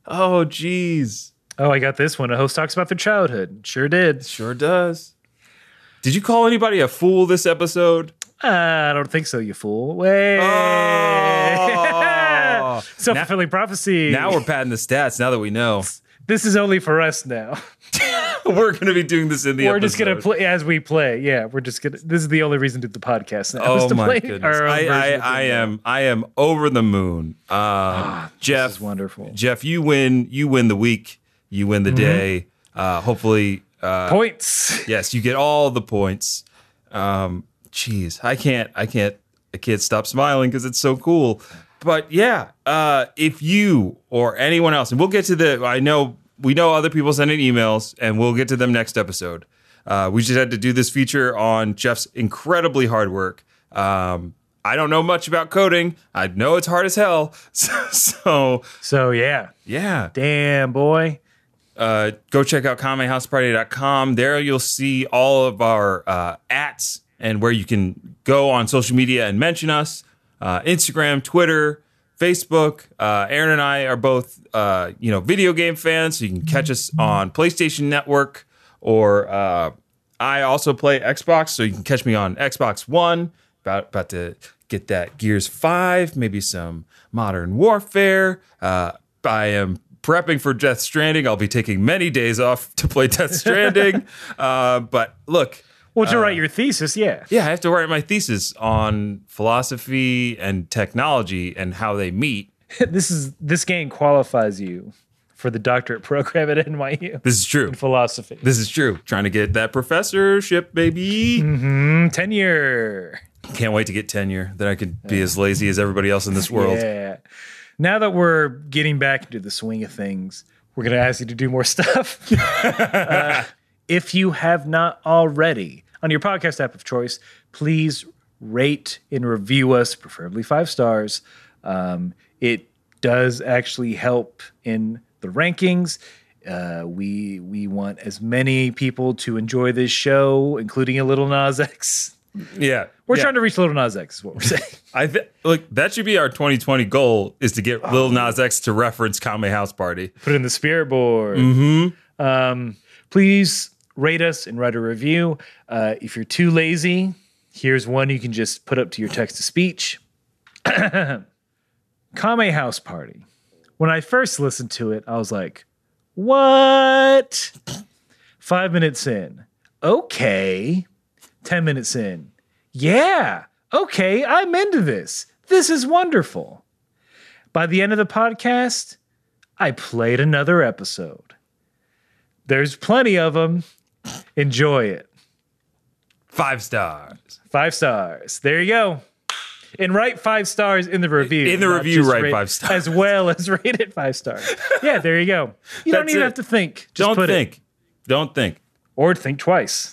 Speaker 2: Oh, geez.
Speaker 1: oh, I got this one. A host talks about their childhood. Sure did.
Speaker 2: Sure does. Did you call anybody a fool this episode?
Speaker 1: Uh, I don't think so, you fool. Way.
Speaker 2: Oh.
Speaker 1: Self fulfilling prophecy.
Speaker 2: Now we're patting the stats now that we know.
Speaker 1: this is only for us now.
Speaker 2: We're going to be doing this in the
Speaker 1: we're
Speaker 2: episode.
Speaker 1: just gonna play as we play. Yeah, we're just gonna. This is the only reason to do the podcast now. is
Speaker 2: Oh
Speaker 1: to
Speaker 2: my
Speaker 1: play
Speaker 2: goodness!
Speaker 1: our own
Speaker 2: I,
Speaker 1: version
Speaker 2: I,
Speaker 1: of the
Speaker 2: I
Speaker 1: game.
Speaker 2: am I am over the moon. Um, Jeff
Speaker 1: is wonderful.
Speaker 2: Jeff, you win. You win the week. You win the
Speaker 1: Mm-hmm.
Speaker 2: day. Uh, hopefully, uh,
Speaker 1: Points.
Speaker 2: yes, you get all the points. Um, geez, I can't. I can't. I can't stop smiling because it's so cool. But yeah, uh, if you or anyone else, and we'll get to the. I know we know other people sending emails, and we'll get to them next episode. Uh, we just had to do this feature on Jeff's incredibly hard work. Um, I don't know much about coding. I know it's hard as hell. So, so
Speaker 1: So yeah,
Speaker 2: yeah,
Speaker 1: damn boy.
Speaker 2: uh, go check out commonhouseparty.com. There you'll see all of our uh, ats and where you can go on social media and mention us uh, Instagram, Twitter, Facebook. Uh, Aaron and I are both uh, you know video game fans, so you can catch us on PlayStation Network or uh, I also play Xbox, so you can catch me on Xbox One. About about to get that Gears Five, maybe some Modern Warfare. Uh, I am prepping for Death Stranding. I'll be taking many days off to play Death Stranding. uh, but look,
Speaker 1: Well, to
Speaker 2: Uh,
Speaker 1: write your thesis, yeah.
Speaker 2: yeah, I have to write my thesis on philosophy and technology and how they meet.
Speaker 1: this is this game qualifies you for the doctorate program at NYU
Speaker 2: This is true.
Speaker 1: philosophy.
Speaker 2: This is true. Trying to get that professorship, baby.
Speaker 1: Hmm. tenure.
Speaker 2: Can't wait to get tenure. Then I could be as lazy as everybody else in this world.
Speaker 1: Yeah. Now that we're getting back into the swing of things, we're going to ask you to do more stuff. Uh, if you have not already, on your podcast app of choice, please rate and review us, preferably five stars. Um, it does actually help in the rankings. Uh, we we want as many people to enjoy this show, including a little Nas X.
Speaker 2: Yeah,
Speaker 1: We're
Speaker 2: yeah.
Speaker 1: trying to reach Little Nas X, is what we're saying.
Speaker 2: I th- look. That should be our 2020 goal: is to get
Speaker 1: Oh.
Speaker 2: Lil Nas X to reference Kame House Party.
Speaker 1: Put it in the spirit board. Um, please rate us and write a review. Uh, if you're too lazy, here's one you can just put up to your text to speech. Kame House Party. When I first listened to it, I was like, what? Five minutes in. Okay. 10 minutes in. Yeah. Okay. I'm into this. This is wonderful. By the end of the podcast, I played another episode. There's plenty of them. Enjoy it.
Speaker 2: Five stars
Speaker 1: Five stars. There you go. And write five stars in the review.
Speaker 2: In the
Speaker 1: not
Speaker 2: review,
Speaker 1: just
Speaker 2: write five stars.
Speaker 1: As well as rate it five stars. Yeah, there you go. You don't
Speaker 2: That's
Speaker 1: even
Speaker 2: it.
Speaker 1: have to think. Just
Speaker 2: Don't
Speaker 1: put it.
Speaker 2: think. Mm. Don't think.
Speaker 1: Or think twice.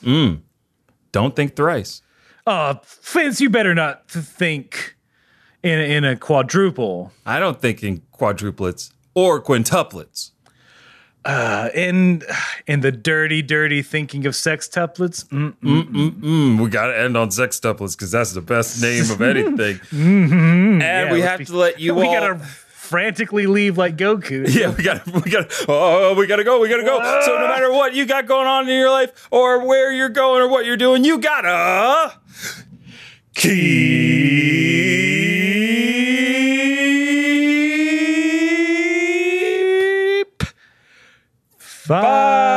Speaker 2: Don't think thrice.
Speaker 1: Uh, Fitz, you better not th- think in a, in a quadruple.
Speaker 2: I don't think in quadruplets or quintuplets.
Speaker 1: Uh, in in the dirty, dirty thinking of sextuplets. Mm,
Speaker 2: Mm, we got to end on sextuplets because that's the best name of anything. And
Speaker 1: Mm-hmm. yeah,
Speaker 2: we
Speaker 1: let's
Speaker 2: have
Speaker 1: be-
Speaker 2: to let you
Speaker 1: we
Speaker 2: all.
Speaker 1: gotta frantically leave like Goku.
Speaker 2: yeah, we gotta, we gotta, oh, we gotta go, we gotta go. So no matter what you got going on in your life, or where you're going, or what you're doing, you gotta keep.
Speaker 1: Bye.